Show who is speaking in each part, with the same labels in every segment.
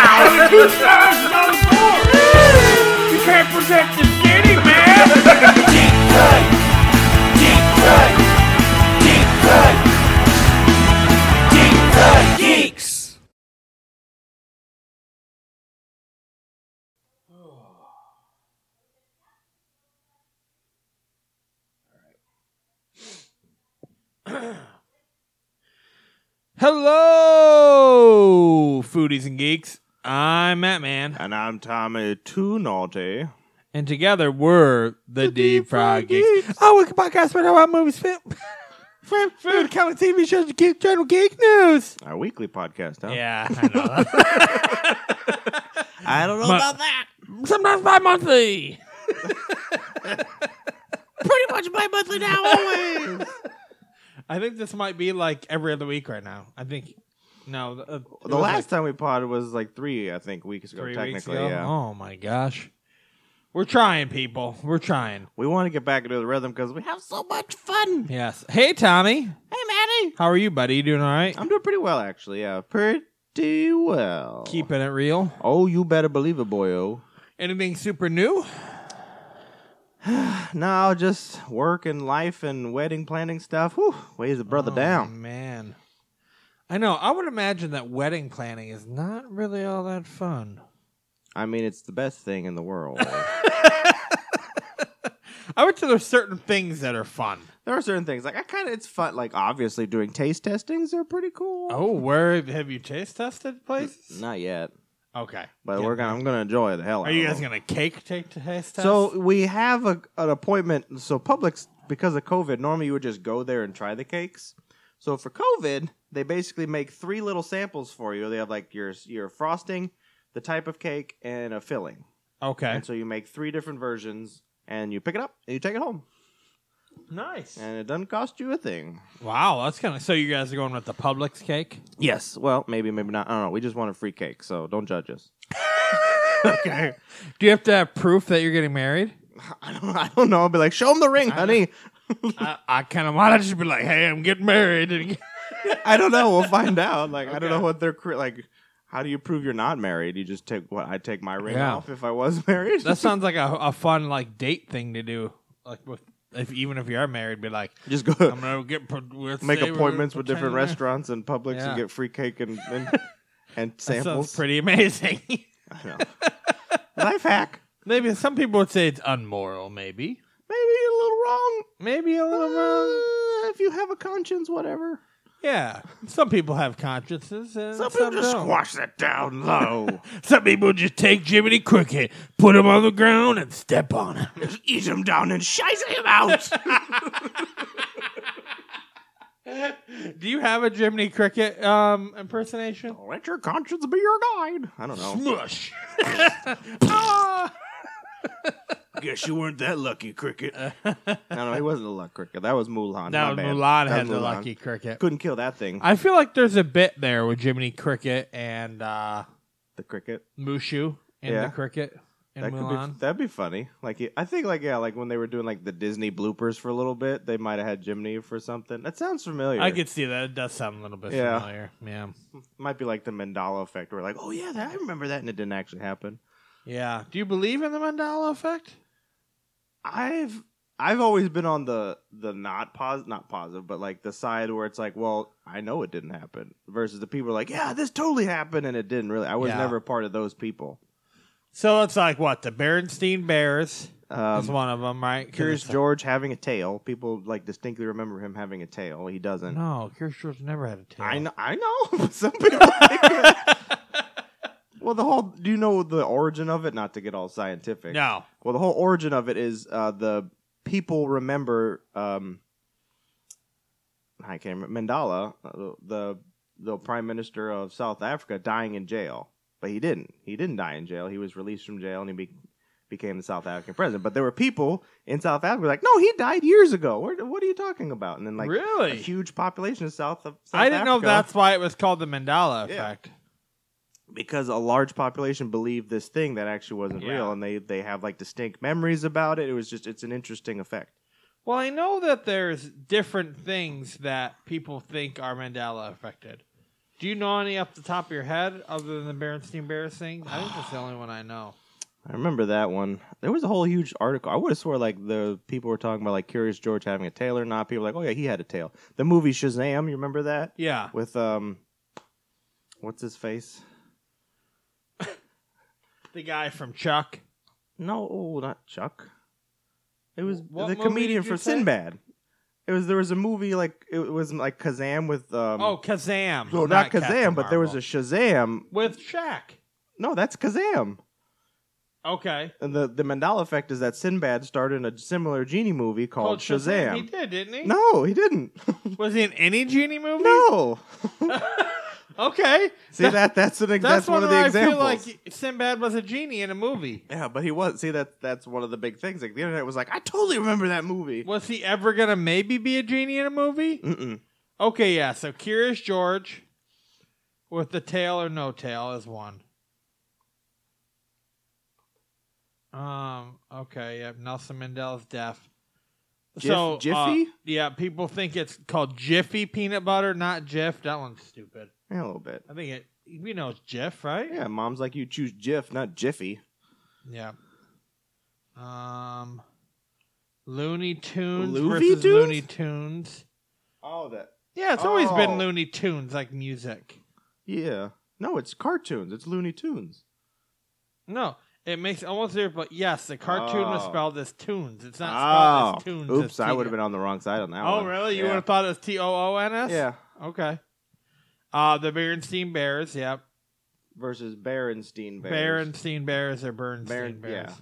Speaker 1: Two thousand on the board. You can't protect the city, man.
Speaker 2: Deep cut. Deep cut. Deep cut. Deep cut geeks.
Speaker 3: Hello, foodies and geeks. I'm Matt Man,
Speaker 1: And I'm Tommy Too Naughty.
Speaker 3: and together we're the, Deep Fried Geeks. Oh, we can podcast right about movies, film, film, food, comic, TV shows, geek, general geek news.
Speaker 1: Our weekly podcast, huh?
Speaker 3: Yeah, I know.
Speaker 1: I don't know
Speaker 3: But-
Speaker 1: about that.
Speaker 3: Sometimes bi-monthly.
Speaker 1: Pretty much my monthly now, always.
Speaker 3: I think this might be like every other week right now. I think. No, uh, it
Speaker 1: the
Speaker 3: was
Speaker 1: last
Speaker 3: like
Speaker 1: time we potted was like three, I think, weeks ago,
Speaker 3: three weeks
Speaker 1: technically.
Speaker 3: ago.
Speaker 1: Yeah.
Speaker 3: Oh my gosh, we're trying, people. We're trying.
Speaker 1: We want to get back into the rhythm because we have so much fun.
Speaker 3: Yes. Hey, Tommy.
Speaker 1: Hey, Maddie.
Speaker 3: How are you, buddy? You doing all right?
Speaker 1: I'm doing pretty well, actually. Yeah, pretty well.
Speaker 3: Keeping it real.
Speaker 1: Oh, you better believe it, boyo.
Speaker 3: Anything super new?
Speaker 1: No, just work and life and wedding planning stuff. Whew, weighs a brother down.
Speaker 3: Oh, man. I know. I would imagine that wedding planning is not really all that fun.
Speaker 1: I mean, it's the best thing in the world.
Speaker 3: I would say there's certain things that are fun.
Speaker 1: there are certain things like I kind of it's fun. Like obviously, doing taste testings are pretty cool.
Speaker 3: Oh, where have you taste tested places?
Speaker 1: Not yet,
Speaker 3: Okay,
Speaker 1: but
Speaker 3: Yeah.
Speaker 1: we're gonna. I'm gonna enjoy the hell. out
Speaker 3: Are you
Speaker 1: of
Speaker 3: guys
Speaker 1: them.
Speaker 3: gonna cake take to taste test?
Speaker 1: So we have a, an appointment. So Publix, because of COVID, normally you would just go there and try the cakes. So for COVID, they basically make three little samples for you. They have like your your frosting, the type of cake, and a filling.
Speaker 3: okay,
Speaker 1: And so you make three different versions, and you pick it up and you take it home,
Speaker 3: nice.
Speaker 1: and it doesn't cost you a thing.
Speaker 3: Wow, that's kind of. So you guys are going with the Publix cake?
Speaker 1: Yes. Well, maybe, maybe not. I don't know. We just want a free cake, so don't judge us.
Speaker 3: okay. Do you have to have proof that you're getting married?
Speaker 1: I don't. I don't know. I'll be like, show them the ring, honey.
Speaker 3: I, I kind of want to just be like, hey, I'm getting married.
Speaker 1: I don't know. We'll find out. Like, I don't
Speaker 3: Okay.
Speaker 1: know what they're cre- like. How do you prove you're not married? You just take what I take my ring
Speaker 3: Yeah.
Speaker 1: off if I was married.
Speaker 3: That sounds like a, a fun like date thing to do. Like with if even if you are married, be like,
Speaker 1: just go
Speaker 3: I'm gonna get pro- we'll
Speaker 1: make
Speaker 3: say we're
Speaker 1: appointments with different
Speaker 3: pretending-
Speaker 1: restaurants and Publix
Speaker 3: Yeah.
Speaker 1: and get free cake and and, and
Speaker 3: That
Speaker 1: samples.
Speaker 3: sounds pretty amazing.
Speaker 1: I know. Life hack.
Speaker 3: maybe some people would say it's unmoral. Maybe
Speaker 1: Maybe a little wrong.
Speaker 3: maybe a little wrong.
Speaker 1: Uh, if you have a conscience, whatever.
Speaker 3: Yeah, some people have consciences. And some,
Speaker 1: Some people just
Speaker 3: don't.
Speaker 1: squash that down low.
Speaker 3: Some people just take Jiminy Cricket, put him on the ground, and step on him.
Speaker 1: just eat him down and shize him out.
Speaker 3: Do you have a Jiminy Cricket um, impersonation?
Speaker 1: Let your conscience be your guide. I don't know.
Speaker 3: Smush. Ah!
Speaker 1: Guess you weren't that lucky, Cricket. no, no, he wasn't a luck cricket. That was Mulan.
Speaker 3: That
Speaker 1: My
Speaker 3: was
Speaker 1: bad.
Speaker 3: Mulan
Speaker 1: That
Speaker 3: had
Speaker 1: was
Speaker 3: the
Speaker 1: Mulan.
Speaker 3: lucky cricket.
Speaker 1: Couldn't kill that thing.
Speaker 3: I feel like there's a bit there with Jiminy Cricket and uh,
Speaker 1: the cricket.
Speaker 3: Mushu and
Speaker 1: Yeah.
Speaker 3: the cricket in
Speaker 1: That
Speaker 3: Mulan.
Speaker 1: could be. That'd be funny. Like he- I think, like yeah, like when they were doing like the Disney bloopers for a little bit, they might have had Jiminy for something. That sounds familiar.
Speaker 3: I could see that. It does sound a little bit
Speaker 1: Yeah.
Speaker 3: familiar. Yeah.
Speaker 1: might be like the Mandala effect. Where like, oh yeah, that, I remember that, and it didn't actually happen.
Speaker 3: Yeah. Do you believe in the Mandela effect?
Speaker 1: I've I've always been on the the not pos not positive, but like the side where it's like, well, I know it didn't happen. Versus the people who are like, yeah, this totally happened and it didn't really. I was
Speaker 3: Yeah.
Speaker 1: never a part of those people.
Speaker 3: So it's like what? The Berenstein Bears is
Speaker 1: Um,
Speaker 3: one of them, right? 'Cause
Speaker 1: Curious
Speaker 3: it's-
Speaker 1: George having a tail. People like distinctly remember him having a tail. He doesn't.
Speaker 3: No, Curious George never had a tail.
Speaker 1: I know. I know. Some people. think that. Well, the whole. Do you know the origin of it? Not to get all scientific.
Speaker 3: No.
Speaker 1: Well, the whole origin of it is uh, the people remember. Um, I can't remember Mandela, uh, the the prime minister of South Africa, dying in jail, but he didn't. He didn't die in jail. He was released from jail and he be, became the South African president. But there were people in South Africa like, no, he died years ago. What, what are you talking about? And then like a
Speaker 3: really?
Speaker 1: huge population of South. Of South
Speaker 3: I didn't know
Speaker 1: Africa-
Speaker 3: that's why it was called the Mandela
Speaker 1: Yeah.
Speaker 3: effect.
Speaker 1: because a large population believed this thing that actually wasn't
Speaker 3: Yeah.
Speaker 1: real and they they have like distinct memories about it it was just it's an interesting effect
Speaker 3: Well, I know that there's different things that people think are Mandela affected. Do you know any off the top of your head other than the Berenstein Bears thing? I think that's the only one I know.
Speaker 1: I remember that one. There was a whole huge article. I would have swore like the people were talking about like Curious George having a tail or not. People were like, oh yeah, he had a tail. The movie Shazam, you remember that
Speaker 3: Yeah.
Speaker 1: with um, what's his face?
Speaker 3: The guy from
Speaker 1: Um,
Speaker 3: Chuck.
Speaker 1: No, not Chuck. It was
Speaker 3: What
Speaker 1: the
Speaker 3: movie
Speaker 1: comedian
Speaker 3: did you
Speaker 1: from
Speaker 3: say?
Speaker 1: Sinbad. It was there was a movie like it was like Kazam with um.
Speaker 3: oh, Kazam.
Speaker 1: no, not,
Speaker 3: Captain
Speaker 1: Kazam, but there was a
Speaker 3: Marvel.
Speaker 1: Shazam.
Speaker 3: with Shaq.
Speaker 1: No, that's Kazam.
Speaker 3: Okay.
Speaker 1: And the the Mandela effect is that Sinbad starred in a similar genie movie
Speaker 3: Called
Speaker 1: called, Shazam.
Speaker 3: He did, didn't he?
Speaker 1: No, he didn't.
Speaker 3: Was he in any genie movie?
Speaker 1: no.
Speaker 3: Okay.
Speaker 1: See that that's an ex- that's,
Speaker 3: That's,
Speaker 1: one of the
Speaker 3: where
Speaker 1: examples.
Speaker 3: I feel like Sinbad was a genie in a movie.
Speaker 1: yeah, but he was. See that that's one of the big things. Like the internet was like, I totally remember that movie.
Speaker 3: Was he ever gonna maybe be a genie in a movie?
Speaker 1: Mm-mm.
Speaker 3: Okay, yeah. So Curious George, with the tail or no tail, is one. Um. Okay. Yep. Nelson Mandela's deaf.
Speaker 1: Jif-
Speaker 3: so uh,
Speaker 1: Jiffy?
Speaker 3: yeah, people think it's called Jiffy peanut butter, not Jif. That one's stupid.
Speaker 1: Yeah, a little bit.
Speaker 3: I think it. We know it's Jif, right?
Speaker 1: Yeah, mom's like you choose Jiff, not Jiffy.
Speaker 3: Yeah. Um. Looney Tunes
Speaker 1: Loovy
Speaker 3: versus
Speaker 1: Tunes?
Speaker 3: Looney Tunes.
Speaker 1: Oh, that.
Speaker 3: Yeah, it's always
Speaker 1: Oh.
Speaker 3: been Looney Tunes like music.
Speaker 1: Yeah. No, it's cartoons. It's Looney Tunes.
Speaker 3: No, it makes almost zero. But yes, the cartoon was
Speaker 1: Oh.
Speaker 3: spelled as tunes. It's not spelled as tunes.
Speaker 1: oops!
Speaker 3: it's
Speaker 1: I
Speaker 3: T-
Speaker 1: would have been on the wrong side on that
Speaker 3: Oh,
Speaker 1: one.
Speaker 3: really? You
Speaker 1: yeah.
Speaker 3: would have thought it was T O O N S.
Speaker 1: Yeah.
Speaker 3: Okay. Uh the Berenstein Bears. Yep.
Speaker 1: Versus Berenstein Bears.
Speaker 3: Berenstein Bears or Bernstein
Speaker 1: Baren-
Speaker 3: Bears.
Speaker 1: yeah.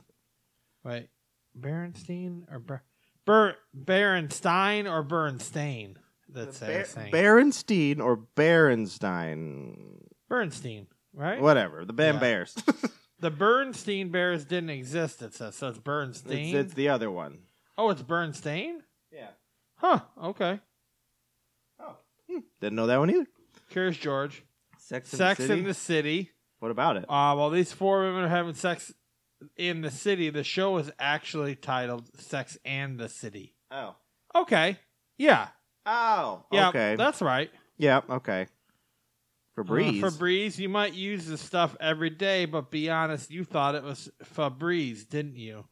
Speaker 3: Wait, Berenstein or Ber- Ber- Berenstein or Bernstein? That's the
Speaker 1: Ber-
Speaker 3: saying.
Speaker 1: Berenstein or Berenstein,
Speaker 3: Bernstein, right?
Speaker 1: whatever. The Bam
Speaker 3: Yeah.
Speaker 1: Bears.
Speaker 3: The Bernstein Bears didn't exist. It says so. It's
Speaker 1: it's,
Speaker 3: Bernstein.
Speaker 1: it's the other one.
Speaker 3: oh, it's Bernstein.
Speaker 1: Yeah.
Speaker 3: Huh. Okay.
Speaker 1: Didn't know that one either.
Speaker 3: Curious George.
Speaker 1: Sex,
Speaker 3: sex in the City.
Speaker 1: What about it?
Speaker 3: Uh, while these four women are having sex in the city, the show is actually titled "Sex and the City."
Speaker 1: Oh.
Speaker 3: Okay. Yeah.
Speaker 1: Oh.
Speaker 3: Yeah.
Speaker 1: okay.
Speaker 3: That's right.
Speaker 1: yeah. Okay. Febreze.
Speaker 3: Uh, Febreze. You might use this stuff every day, but be honest, you thought it was Febreze, didn't you?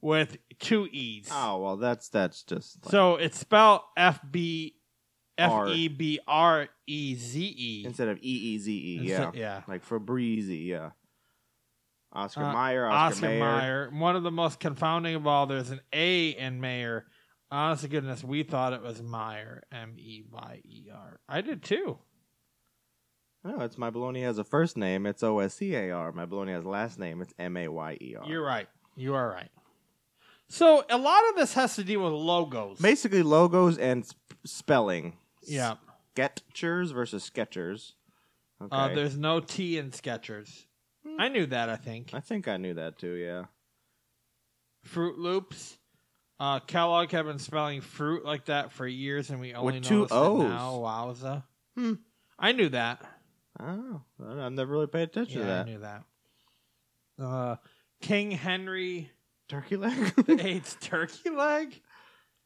Speaker 3: With two e's.
Speaker 1: Oh well, that's that's just. Like,
Speaker 3: So it's spelled F B
Speaker 1: R.
Speaker 3: F E B R E Z E.
Speaker 1: instead of E E Z E, yeah,
Speaker 3: Instead- yeah.
Speaker 1: like Febreze, yeah. Oscar
Speaker 3: Uh,
Speaker 1: Meyer, Oscar,
Speaker 3: Oscar
Speaker 1: Mayer.
Speaker 3: Mayer. One of the most confounding of all, there's an A in Mayer. Honest to goodness, we thought it was Meyer, M E Y E R. I did too.
Speaker 1: No, Oh, it's my baloney has a first name. It's O S C A R. My baloney has a last name. It's M A Y E R.
Speaker 3: You're right. You are right. So a lot of this has to do with logos.
Speaker 1: Basically, logos and sp- spelling.
Speaker 3: Yeah.
Speaker 1: Sketchers versus Sketchers. Okay. Hmm.
Speaker 3: Uh, there's no T in Skechers. I knew that. I think
Speaker 1: I think I knew that too. Yeah.
Speaker 3: Fruit Loops. Uh, Kellogg have been spelling fruit like that for years, and we only
Speaker 1: With two
Speaker 3: noticed
Speaker 1: O's.
Speaker 3: it now. Wowza!
Speaker 1: Hmm.
Speaker 3: I knew that.
Speaker 1: Oh, I- I've never really paid attention
Speaker 3: yeah, I
Speaker 1: to that.
Speaker 3: knew that. Uh, King Henry
Speaker 1: Turkey leg.
Speaker 3: VIII's turkey leg.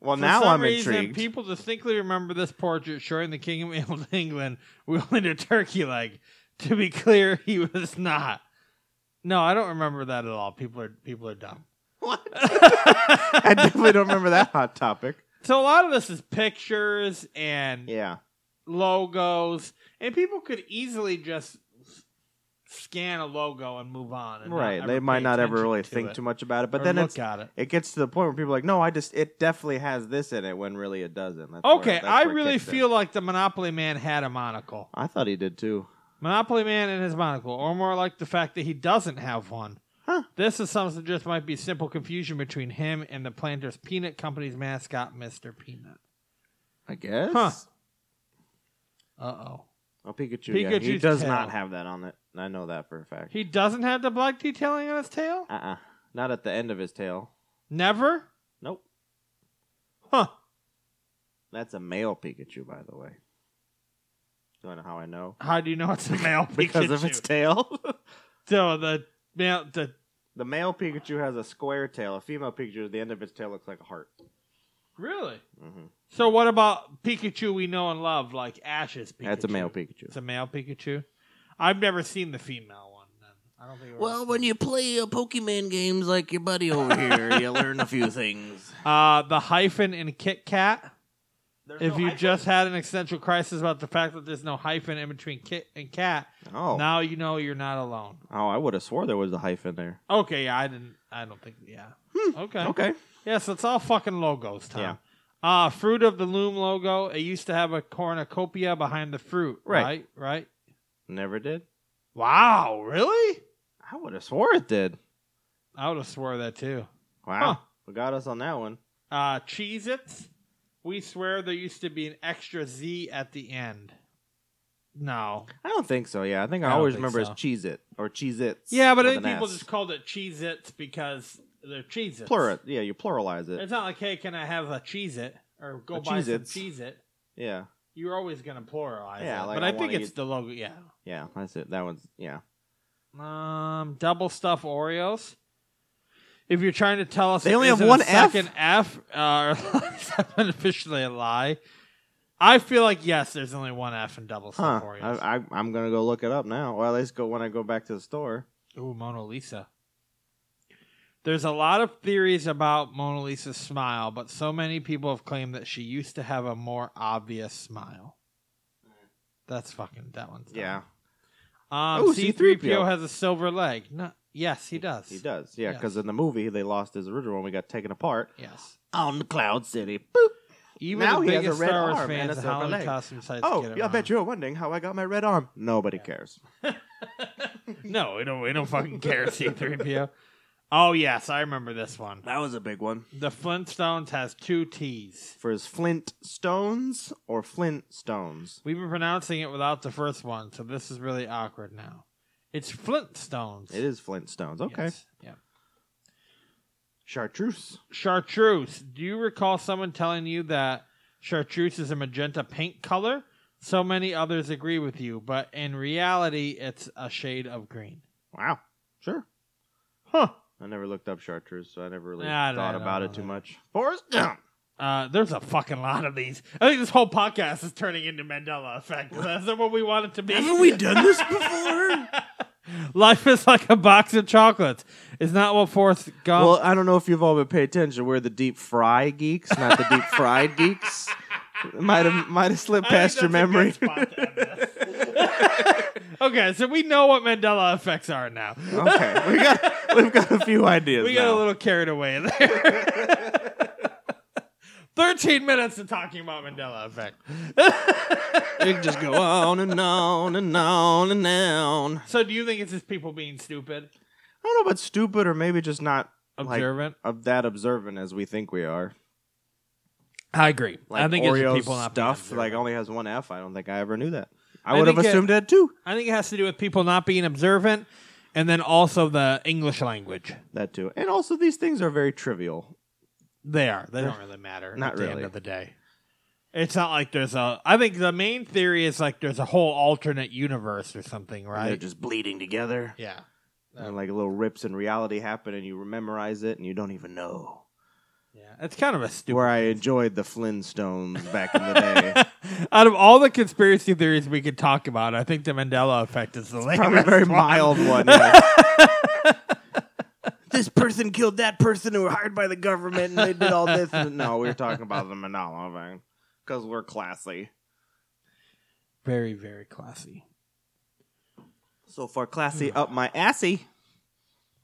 Speaker 1: well,
Speaker 3: For
Speaker 1: now
Speaker 3: some
Speaker 1: I'm
Speaker 3: reason,
Speaker 1: intrigued.
Speaker 3: People distinctly remember this portrait showing the King of England wielding a turkey leg. To be clear, he was not. No, I don't remember that at all. People are people are dumb.
Speaker 1: What? I definitely don't remember that hot topic.
Speaker 3: So a lot of this is pictures and
Speaker 1: Yeah.
Speaker 3: logos, and people could easily just s- scan a logo and move on. and not
Speaker 1: Right.
Speaker 3: ever
Speaker 1: They might
Speaker 3: pay
Speaker 1: not ever
Speaker 3: attention
Speaker 1: really
Speaker 3: to
Speaker 1: think
Speaker 3: it
Speaker 1: too much about it, but
Speaker 3: or
Speaker 1: then
Speaker 3: look
Speaker 1: it's,
Speaker 3: at it.
Speaker 1: it gets to the point where people are like, no, I just it definitely has this in it when really it doesn't. That's where-
Speaker 3: Okay,
Speaker 1: that's
Speaker 3: I
Speaker 1: where it
Speaker 3: really
Speaker 1: kicks in.
Speaker 3: feel like the Monopoly Man had a monocle.
Speaker 1: I thought he did too.
Speaker 3: Monopoly Man and his monocle, or more like the fact that he doesn't have one.
Speaker 1: Huh.
Speaker 3: This assumption just might be simple confusion between him and the Planters Peanut Company's mascot, Mr. Peanut.
Speaker 1: I guess.
Speaker 3: Huh. Uh oh.
Speaker 1: Oh, Pikachu. yeah, he
Speaker 3: Pikachu's
Speaker 1: does
Speaker 3: tail.
Speaker 1: not have that on it. I know that for a fact.
Speaker 3: He doesn't have the black detailing on his tail?
Speaker 1: uh uh Not at the end of his tail.
Speaker 3: Never?
Speaker 1: Nope.
Speaker 3: Huh.
Speaker 1: That's a male Pikachu, by the way. Do you know how I know?
Speaker 3: How do you know it's a male
Speaker 1: Because
Speaker 3: Pikachu?
Speaker 1: of its tail.
Speaker 3: So the male, the
Speaker 1: the male Pikachu has a square tail. A female Pikachu, the end of its tail looks like a heart.
Speaker 3: Really?
Speaker 1: Mhm.
Speaker 3: So what about Pikachu we know and love, like Ash's Pikachu?
Speaker 1: That's a male Pikachu.
Speaker 3: It's a male Pikachu. I've never seen the female one. Then. I don't think. I've
Speaker 4: Well,
Speaker 3: ever
Speaker 4: when
Speaker 3: seen
Speaker 4: you play uh, Pokemon games like your buddy over here, you learn a few things.
Speaker 3: it. uh, the hyphen in Kit Kat.
Speaker 1: There's
Speaker 3: If
Speaker 1: no
Speaker 3: you
Speaker 1: hyphen?
Speaker 3: just had an existential crisis about the fact that there's no hyphen in between Kit and Cat,
Speaker 1: Oh,
Speaker 3: now you know you're not alone.
Speaker 1: oh, I would have swore there was a hyphen there.
Speaker 3: Okay, yeah, I didn't. I don't think. Yeah. Okay.
Speaker 1: Okay.
Speaker 3: Yes, it's all fucking logos, Tom. Uh, fruit of the Loom logo. It used to have a cornucopia behind the fruit.
Speaker 1: Right.
Speaker 3: Right. right?
Speaker 1: Never did.
Speaker 3: Wow. Really?
Speaker 1: I would have swore it did.
Speaker 3: I would have swore that too.
Speaker 1: Wow.
Speaker 3: Huh.
Speaker 1: We got us on that one.
Speaker 3: Uh, Cheez Its. We swear there used to be an extra Z at the end. No.
Speaker 1: I don't think so. Yeah, I think I,
Speaker 3: I don't
Speaker 1: always
Speaker 3: think
Speaker 1: remember
Speaker 3: so.
Speaker 1: as Cheez It or Cheez Its.
Speaker 3: Yeah, but I think people just called it Cheez Its because they're Cheez Its.
Speaker 1: plural. Yeah, you pluralize it.
Speaker 3: It's not like, hey, can I have a Cheez It? Or go
Speaker 1: A
Speaker 3: buy some
Speaker 1: Cheez-Its.
Speaker 3: Cheez It.
Speaker 1: Yeah,
Speaker 3: You're always going to pluralize
Speaker 1: Yeah,
Speaker 3: it.
Speaker 1: like,
Speaker 3: but
Speaker 1: I
Speaker 3: I, think
Speaker 1: wanna
Speaker 3: it's
Speaker 1: eat-
Speaker 3: the logo. Yeah.
Speaker 1: yeah, that's it. That one's yeah.
Speaker 3: Um, double stuff Oreos. If you're trying to tell us
Speaker 1: They
Speaker 3: it
Speaker 1: only have
Speaker 3: isn't a
Speaker 1: one F?
Speaker 3: second F, uh, is that officially a lie? I feel like yes, there's only one F in double
Speaker 1: Huh.
Speaker 3: stuff Oreos.
Speaker 1: I, I, I'm gonna go look it up now. Well, let's go when I go back to the store.
Speaker 3: Ooh, Mona Lisa. There's a lot of theories about Mona Lisa's smile, but so many people have claimed that she used to have a more obvious smile. That's fucking that one's dumb.
Speaker 1: Yeah,
Speaker 3: Um,
Speaker 1: Ooh,
Speaker 3: C3PO.
Speaker 1: C-3PO.
Speaker 3: has a silver leg. No, yes, he does.
Speaker 1: he does. Yeah,
Speaker 3: Yes.
Speaker 1: because in the movie they lost his original one. We got taken apart.
Speaker 3: Yes.
Speaker 1: On the Cloud City. Boop.
Speaker 3: Even
Speaker 1: Now
Speaker 3: the
Speaker 1: he has
Speaker 3: biggest
Speaker 1: a red
Speaker 3: Star Wars
Speaker 1: arm and
Speaker 3: fans
Speaker 1: a
Speaker 3: of
Speaker 1: silver
Speaker 3: Halloween
Speaker 1: leg.
Speaker 3: costume sites
Speaker 1: Oh,
Speaker 3: get it
Speaker 1: yeah, I bet you're wondering how I got my red arm. Nobody cares.
Speaker 3: wrong. No, we don't. We don't fucking care. C three PO. Oh yes, I remember this one.
Speaker 1: That was a big one.
Speaker 3: The Flintstones has two T's.
Speaker 1: For his Flint Stones or Flint Stones?
Speaker 3: We've been pronouncing it without the first one, so this is really awkward now. It's Flintstones.
Speaker 1: It is Flint Stones. Okay.
Speaker 3: Yes, Yeah.
Speaker 1: Chartreuse.
Speaker 3: Chartreuse. Do you recall someone telling you that chartreuse is a magenta pink color? So many others agree with you, but in reality, it's a shade of green.
Speaker 1: Wow. Sure.
Speaker 3: Huh.
Speaker 1: I never looked up chartreuse, so I never really
Speaker 3: Nah, I don't- I
Speaker 1: thought
Speaker 3: don't
Speaker 1: about
Speaker 3: know
Speaker 1: it too
Speaker 3: that.
Speaker 1: much. Forrest Gump.
Speaker 3: Uh, there's a fucking lot of these. I think this whole podcast is turning into Mandela Effect. That's not what we want it to be.
Speaker 4: Haven't we done this before?
Speaker 3: Life is like a box of chocolates. It's not what Forrest Gump.
Speaker 1: Well, I don't know if you've all been paying attention. We're the deep fry geeks, not the deep fried geeks. Might have might have slipped
Speaker 3: I think
Speaker 1: past your
Speaker 3: that's a good
Speaker 1: memory.
Speaker 3: spot to end this. okay, so we know what Mandela effects are now.
Speaker 1: okay, we got we've got a few ideas.
Speaker 3: We got a
Speaker 1: now.
Speaker 3: little carried away there. 13 minutes of talking about Mandela effect.
Speaker 1: You can just go on and on and on and on. I
Speaker 3: So do you think it's just people being stupid?
Speaker 1: don't know about stupid or maybe just not like,
Speaker 3: Observant?
Speaker 1: of that observant as we think we are.
Speaker 3: I agree.
Speaker 1: Like
Speaker 3: I think it's
Speaker 1: Oreo
Speaker 3: just people not being
Speaker 1: stuff
Speaker 3: observant.
Speaker 1: like only has one F. I don't think I ever knew that. I,
Speaker 3: I
Speaker 1: would have
Speaker 3: think uh, it-
Speaker 1: assumed that too.
Speaker 3: I think it has to do with people not being observant and then also the English language.
Speaker 1: That too. And also these things are very trivial.
Speaker 3: They are. They don't really matter
Speaker 1: Not
Speaker 3: at the
Speaker 1: really.
Speaker 3: end of the day. It's not like there's a I think the main theory is like there's a whole alternate universe or something,
Speaker 4: They're
Speaker 3: right?
Speaker 4: just bleeding together.
Speaker 3: yeah.
Speaker 1: And like little rips in reality happen and you memorize it and you don't even know.
Speaker 3: Yeah. It's kind of a stupid
Speaker 1: Where I enjoyed the Flintstones back in the day.
Speaker 3: Out of all the conspiracy theories we could talk about, I think the Mandela effect is the
Speaker 1: Probably a
Speaker 3: lamest
Speaker 1: very
Speaker 3: one.
Speaker 1: mild one. yeah.
Speaker 4: This person killed that person who hired by the
Speaker 1: and
Speaker 4: government.
Speaker 1: they did all this. And, no, we were talking about the Manala thing because we're classy.
Speaker 3: Very, very classy.
Speaker 1: So far, classy up my assy.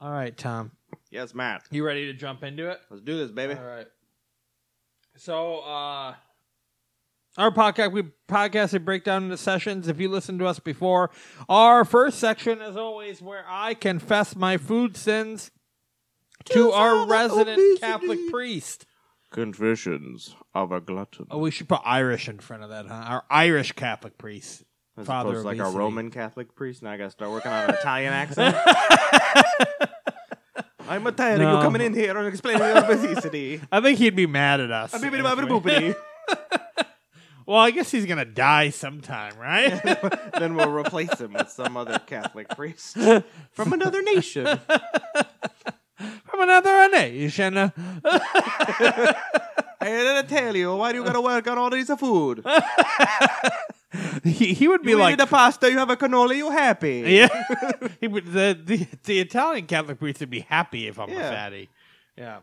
Speaker 3: All right, Tom.
Speaker 1: Yes, Matt.
Speaker 3: You ready to jump into it?
Speaker 1: Let's do this, baby.
Speaker 3: All right. So, uh, our podcast we podcast we break down into sessions. If you listened to us before, our first section, as always, where I confess my food sins to our resident Catholic priest.
Speaker 1: Confessions of a glutton.
Speaker 3: Oh, we should put Irish in front of that, huh? Our Irish Catholic priest.
Speaker 1: As
Speaker 3: Father
Speaker 1: opposed to like
Speaker 3: obesity.
Speaker 1: a Roman Catholic priest. Now I got to start working on an Italian accent. I'm Italian.
Speaker 3: No.
Speaker 1: You coming in here and explaining your obesity.
Speaker 3: I think he'd be mad at us.
Speaker 1: Bibbidi
Speaker 3: if we-
Speaker 1: bobbidi boopity.
Speaker 3: well, I guess he's gonna die sometime, right?
Speaker 1: then we'll replace him with some other Catholic priest from another nation.
Speaker 3: From another nation.
Speaker 1: I didn't tell you. Why do you gotta work on all these food? You
Speaker 3: he, he would be
Speaker 1: eat
Speaker 3: like,
Speaker 1: the pasta, you have a cannoli, you happy.
Speaker 3: yeah. he would, the, the the Italian Catholic priest would be happy if I'm a
Speaker 1: Yeah.
Speaker 3: fatty. Yeah.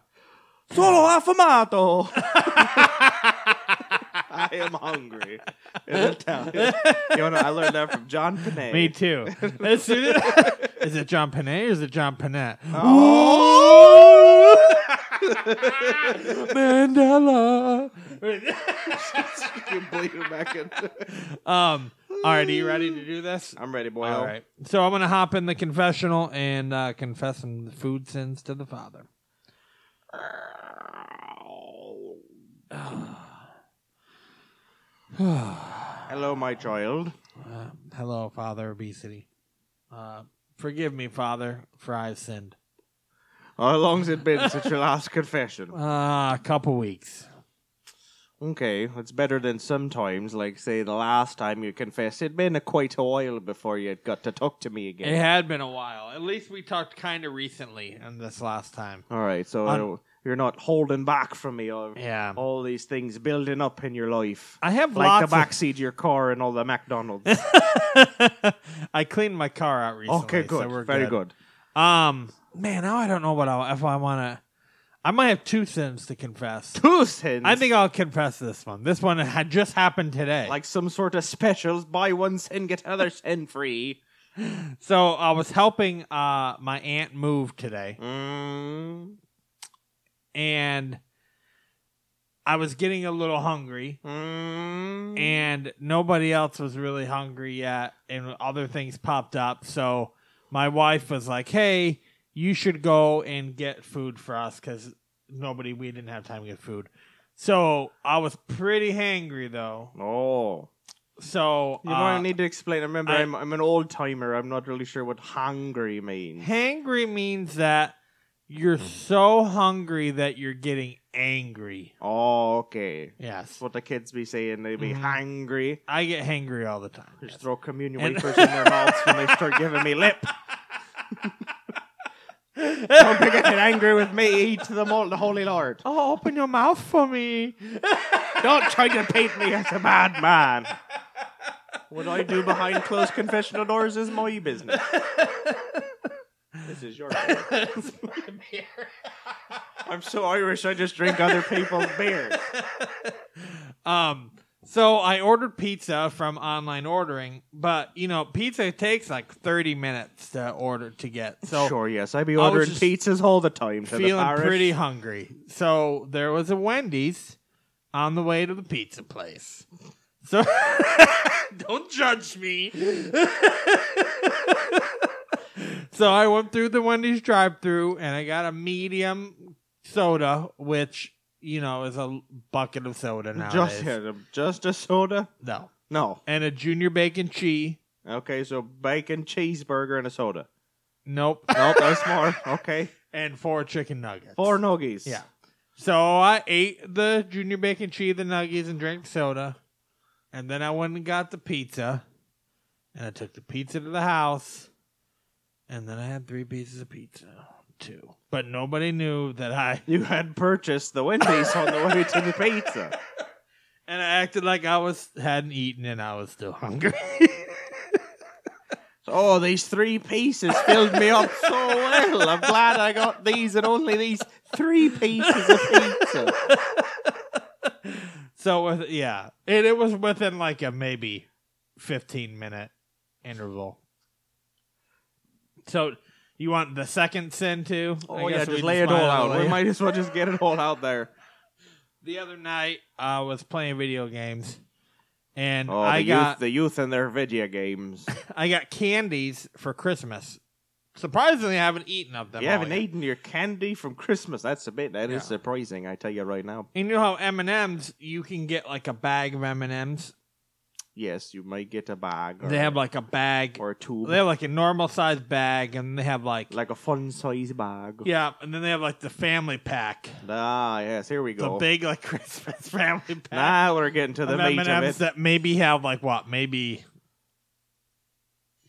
Speaker 1: Solo affumato. I am hungry. In Italian. You know, I learned that from John Panay.
Speaker 3: Me too. As soon as- is it John Panay or is it John Panette? Oh. Mandela.
Speaker 1: you bleed him back in.
Speaker 3: Um. All right. Are you ready to do this?
Speaker 1: I'm ready, boy.
Speaker 3: All right. So I'm gonna hop in the confessional and uh, confess some food sins to the Father.
Speaker 1: Hello, my child.
Speaker 3: Uh, hello, Father Obesity. Uh, forgive me, Father, for I've sinned.
Speaker 1: How long's it been since your last confession?
Speaker 3: Uh, a couple weeks.
Speaker 1: Okay, it's better than sometimes. Like, say, the last time you confessed, it'd been a quite a while before you got to talk to me
Speaker 3: It
Speaker 1: again.
Speaker 3: had been a while. At least we talked kind of recently, and this last time.
Speaker 1: All right, so
Speaker 3: I'm-
Speaker 1: I don't- you're not holding back from me. Or
Speaker 3: Yeah.
Speaker 1: all these things building up in your life,
Speaker 3: I have
Speaker 1: like
Speaker 3: lots
Speaker 1: the backseat of your car and all the McDonald's.
Speaker 3: of. I cleaned my car out recently.
Speaker 1: okay, good,
Speaker 3: So we're
Speaker 1: very
Speaker 3: good.
Speaker 1: good.
Speaker 3: Um, man, now I don't know what I if I want to. I might have two sins to confess.
Speaker 1: Two cents.
Speaker 3: I think I'll confess this one. This one had just happened today.
Speaker 1: like some sort of specials. Buy one sin, get another sin free.
Speaker 3: so, I was helping uh my aunt move today,
Speaker 1: Mm,
Speaker 3: and I was getting a little hungry,
Speaker 1: mm.
Speaker 3: Mm-hmm. and nobody else was really hungry yet, and other things popped up. So, my wife was like, "Hey, you should go and get food for us because nobody we didn't have time to get food." So I was pretty hangry though.
Speaker 1: oh.
Speaker 3: So
Speaker 1: You know,
Speaker 3: uh,
Speaker 1: I need to explain. Remember,
Speaker 3: I-
Speaker 1: I, am I'm an old timer. I'm not really sure what hungry
Speaker 3: e-,
Speaker 1: means.
Speaker 3: hangry means that you're so hungry that you're getting angry.
Speaker 1: Oh, okay. That's
Speaker 3: Yes,
Speaker 1: what the kids be saying. They be
Speaker 3: Mhm.
Speaker 1: hungry.
Speaker 3: I get hangry all the time.
Speaker 1: Just throw communion
Speaker 3: And-
Speaker 1: wafers in their mouths when they start giving me lip. Don't be getting angry with me. Eat them all, the Holy Lord.
Speaker 3: Oh, open your mouth for me.
Speaker 1: Don't try to paint me as a bad man. What I do behind closed confessional doors is my business. This is your beer. I'm so Irish, I just drink other people's beer.
Speaker 3: um, so I ordered pizza from online ordering, but you know, pizza takes like 30 minutes to order to get. So
Speaker 1: sure, yes. I be
Speaker 3: was
Speaker 1: ordering
Speaker 3: just
Speaker 1: pizzas all the time. To the
Speaker 3: feeling
Speaker 1: parish.
Speaker 3: pretty hungry. So there was a Wendy's on the way to the pizza place. So don't judge me. so I went through the Wendy's drive-through and I got a medium soda, which you know is a bucket of soda now.
Speaker 1: Just yeah, just a soda.
Speaker 3: no,
Speaker 1: No.
Speaker 3: and a junior bacon cheese.
Speaker 1: Okay, so bacon cheeseburger and a soda.
Speaker 3: Nope,
Speaker 1: Nope, that's more. Okay,
Speaker 3: and four chicken nuggets.
Speaker 1: four nuggies.
Speaker 3: Yeah. So I ate the junior bacon cheese, the nuggies, and drank soda. And then I went and got the pizza. And I took the pizza to the house. And then I had three pieces of pizza. Two. But nobody knew that I.
Speaker 1: You had purchased the Wendy's on the way to the pizza.
Speaker 3: And I acted like I was hadn't eaten and I was still hungry.
Speaker 1: Oh, these three pieces filled me up so well. I'm glad I got these and only these three pieces of pizza.
Speaker 3: so, with, yeah. And it was within like a maybe 15 minute interval. So, you want the second sin too? I
Speaker 1: Oh yeah,
Speaker 3: guess
Speaker 1: just
Speaker 3: we
Speaker 1: lay it
Speaker 3: might
Speaker 1: all
Speaker 3: as well
Speaker 1: out.
Speaker 3: lay
Speaker 1: We
Speaker 3: it-
Speaker 1: might as well just get it all out there.
Speaker 3: the other night I was playing video games and
Speaker 1: Oh, the
Speaker 3: I
Speaker 1: youth,
Speaker 3: got
Speaker 1: the youth and their video games.
Speaker 3: I got candies for Christmas. Surprisingly, I haven't eaten of them.
Speaker 1: you
Speaker 3: all
Speaker 1: haven't
Speaker 3: yet.
Speaker 1: eaten your candy from Christmas. That's a bit. That is
Speaker 3: Yeah.
Speaker 1: surprising. I tell you right now.
Speaker 3: And you know how M and M's you can get like a bag of M and M's.
Speaker 1: Yes, you might get a bag. Or,
Speaker 3: They have like a bag.
Speaker 1: or two,
Speaker 3: They have like a normal size bag, and they have like,
Speaker 1: like a fun size bag.
Speaker 3: yeah, and then they have like the family pack,
Speaker 1: Ah, yes. Here we
Speaker 3: the
Speaker 1: go.
Speaker 3: big like Christmas family pack.
Speaker 1: now we're getting to the
Speaker 3: of
Speaker 1: meat of
Speaker 3: M&Ms
Speaker 1: it.
Speaker 3: that maybe have like what, maybe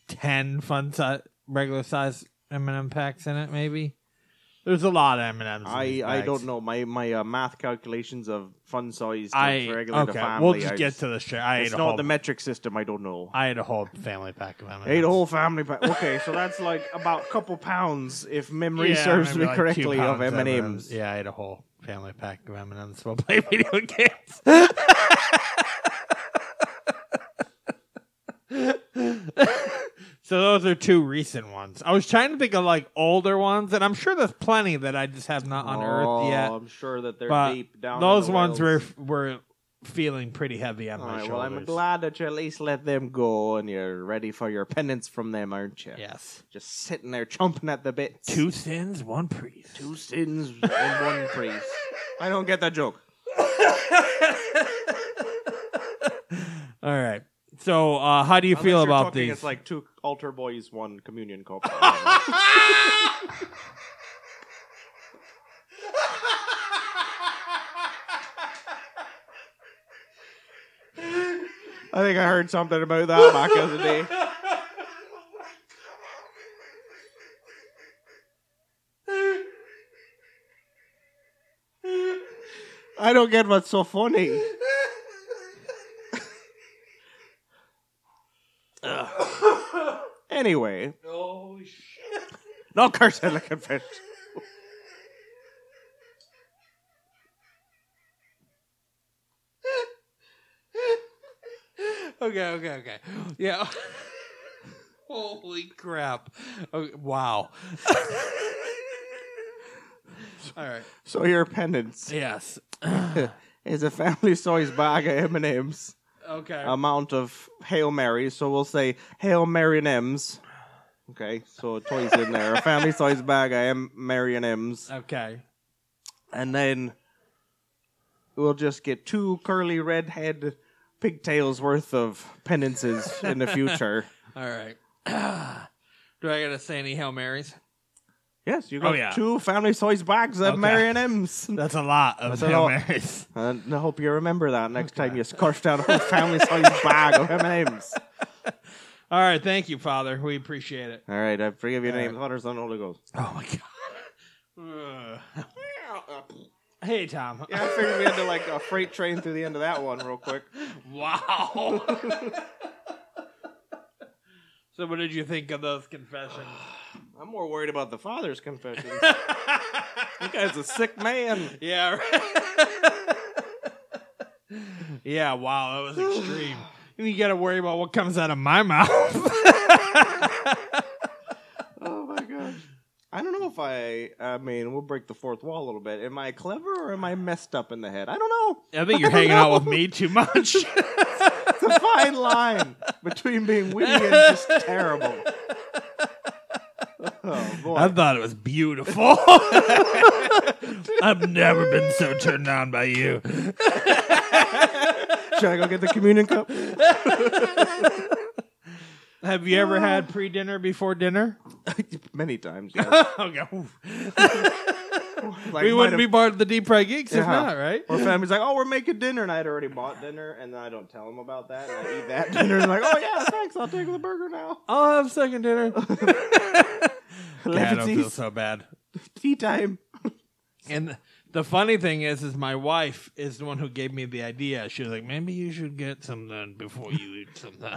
Speaker 3: ten fun size, regular size M and M packs in it, maybe. There's a lot of M and M's.
Speaker 1: I, I don't know my my uh, math calculations of fun size
Speaker 3: I
Speaker 1: for regular
Speaker 3: okay.
Speaker 1: to family.
Speaker 3: we'll just
Speaker 1: I
Speaker 3: get to the share. I ate
Speaker 1: It's
Speaker 3: a
Speaker 1: not
Speaker 3: whole.
Speaker 1: the metric system. I don't know.
Speaker 3: I ate a whole family pack of M and
Speaker 1: Ate a whole family pack. Okay, so that's like about a couple pounds, if memory serves me correctly, of M and M's.
Speaker 3: Yeah, I ate a whole family pack of M and M's while playing video games. so those are two recent ones. I was trying to think of like older ones, and I'm sure there's plenty that I just have not unearthed
Speaker 1: oh,
Speaker 3: yet.
Speaker 1: I'm sure that they're
Speaker 3: But
Speaker 1: deep down. in
Speaker 3: Those
Speaker 1: the
Speaker 3: ones were
Speaker 1: wells.
Speaker 3: were feeling pretty heavy on
Speaker 1: All
Speaker 3: my
Speaker 1: right.
Speaker 3: shoulders.
Speaker 1: Well, I'm glad that you at least let them go, and you're ready for your penance from them, aren't you?
Speaker 3: Yes.
Speaker 1: Just sitting there chomping at the bits.
Speaker 3: Two sins, one priest.
Speaker 1: two sins and one priest. I don't get that joke.
Speaker 3: All right. So, uh, how do you feel
Speaker 1: Unless you're
Speaker 3: about
Speaker 1: talking,
Speaker 3: these?
Speaker 1: It's like two altar boys, one communion cup. I think I heard something about that back in the day. I don't get what's so funny. Ugh. anyway. Oh, shit. No curse at the confession.
Speaker 3: okay, okay, okay. Yeah. Holy crap! Okay, wow. All right.
Speaker 1: So your penance
Speaker 3: Yes.
Speaker 1: is a family size bag of M&M's.
Speaker 3: Okay.
Speaker 1: amount of Hail Mary, so we'll say Hail Mary and M's. Okay, so toys in there, a family size bag. I am Mary and M's,
Speaker 3: okay.
Speaker 1: and then we'll just get two curly red head pigtails worth of penances in the future.
Speaker 3: All right. Do I gotta say any hail marys?
Speaker 1: Yes, you
Speaker 3: Oh,
Speaker 1: got
Speaker 3: yeah.
Speaker 1: two family size bags of
Speaker 3: Okay.
Speaker 1: Mary and M's.
Speaker 3: That's a lot of
Speaker 1: That's a lot.
Speaker 3: marys.
Speaker 1: And I hope you remember that next time you scarf down a whole family size bag of M&M's.
Speaker 3: All right. Thank you, Father. We appreciate it.
Speaker 1: All right, I forgive you,
Speaker 3: All right.
Speaker 1: names, Father, Son, Holy Ghost.
Speaker 3: Oh my god. hey Tom.
Speaker 1: Yeah, I figured we had to like a freight train through the end of that one real quick.
Speaker 3: Wow. so what did you think of those confessions?
Speaker 1: I'm more worried about the father's confession. that guy's a sick man.
Speaker 3: yeah. right. yeah, wow, that was extreme. You gotta worry about what comes out of my mouth.
Speaker 1: Oh my gosh. I don't know if I. I mean, we'll break the fourth wall a little bit. Am I clever or am I messed up in the head? I don't know.
Speaker 3: I think you're hanging out with me too much.
Speaker 1: It's a fine line between being witty and just terrible. Oh boy.
Speaker 3: I thought it was beautiful. I've never been so turned on by you.
Speaker 1: Should I go get the communion cup?
Speaker 3: Have you ever had pre dinner before dinner?
Speaker 1: Many times. Yes.
Speaker 3: okay. oof.
Speaker 1: Like,
Speaker 3: we
Speaker 1: might
Speaker 3: wouldn't
Speaker 1: have-
Speaker 3: be part of the Deep Fried Geeks if
Speaker 1: Yeah.
Speaker 3: not, right?
Speaker 1: Or family's like, oh, we're making dinner, and I had already bought dinner, and I don't tell them about that, and I eat that dinner, and like, oh yeah, thanks, I'll take the burger now.
Speaker 3: I'll have second dinner. I don't feel
Speaker 1: Levities,
Speaker 3: so bad.
Speaker 1: tea time.
Speaker 3: And the funny thing is, is my wife is the one who gave me the idea. She was like, maybe you should get something before you eat something.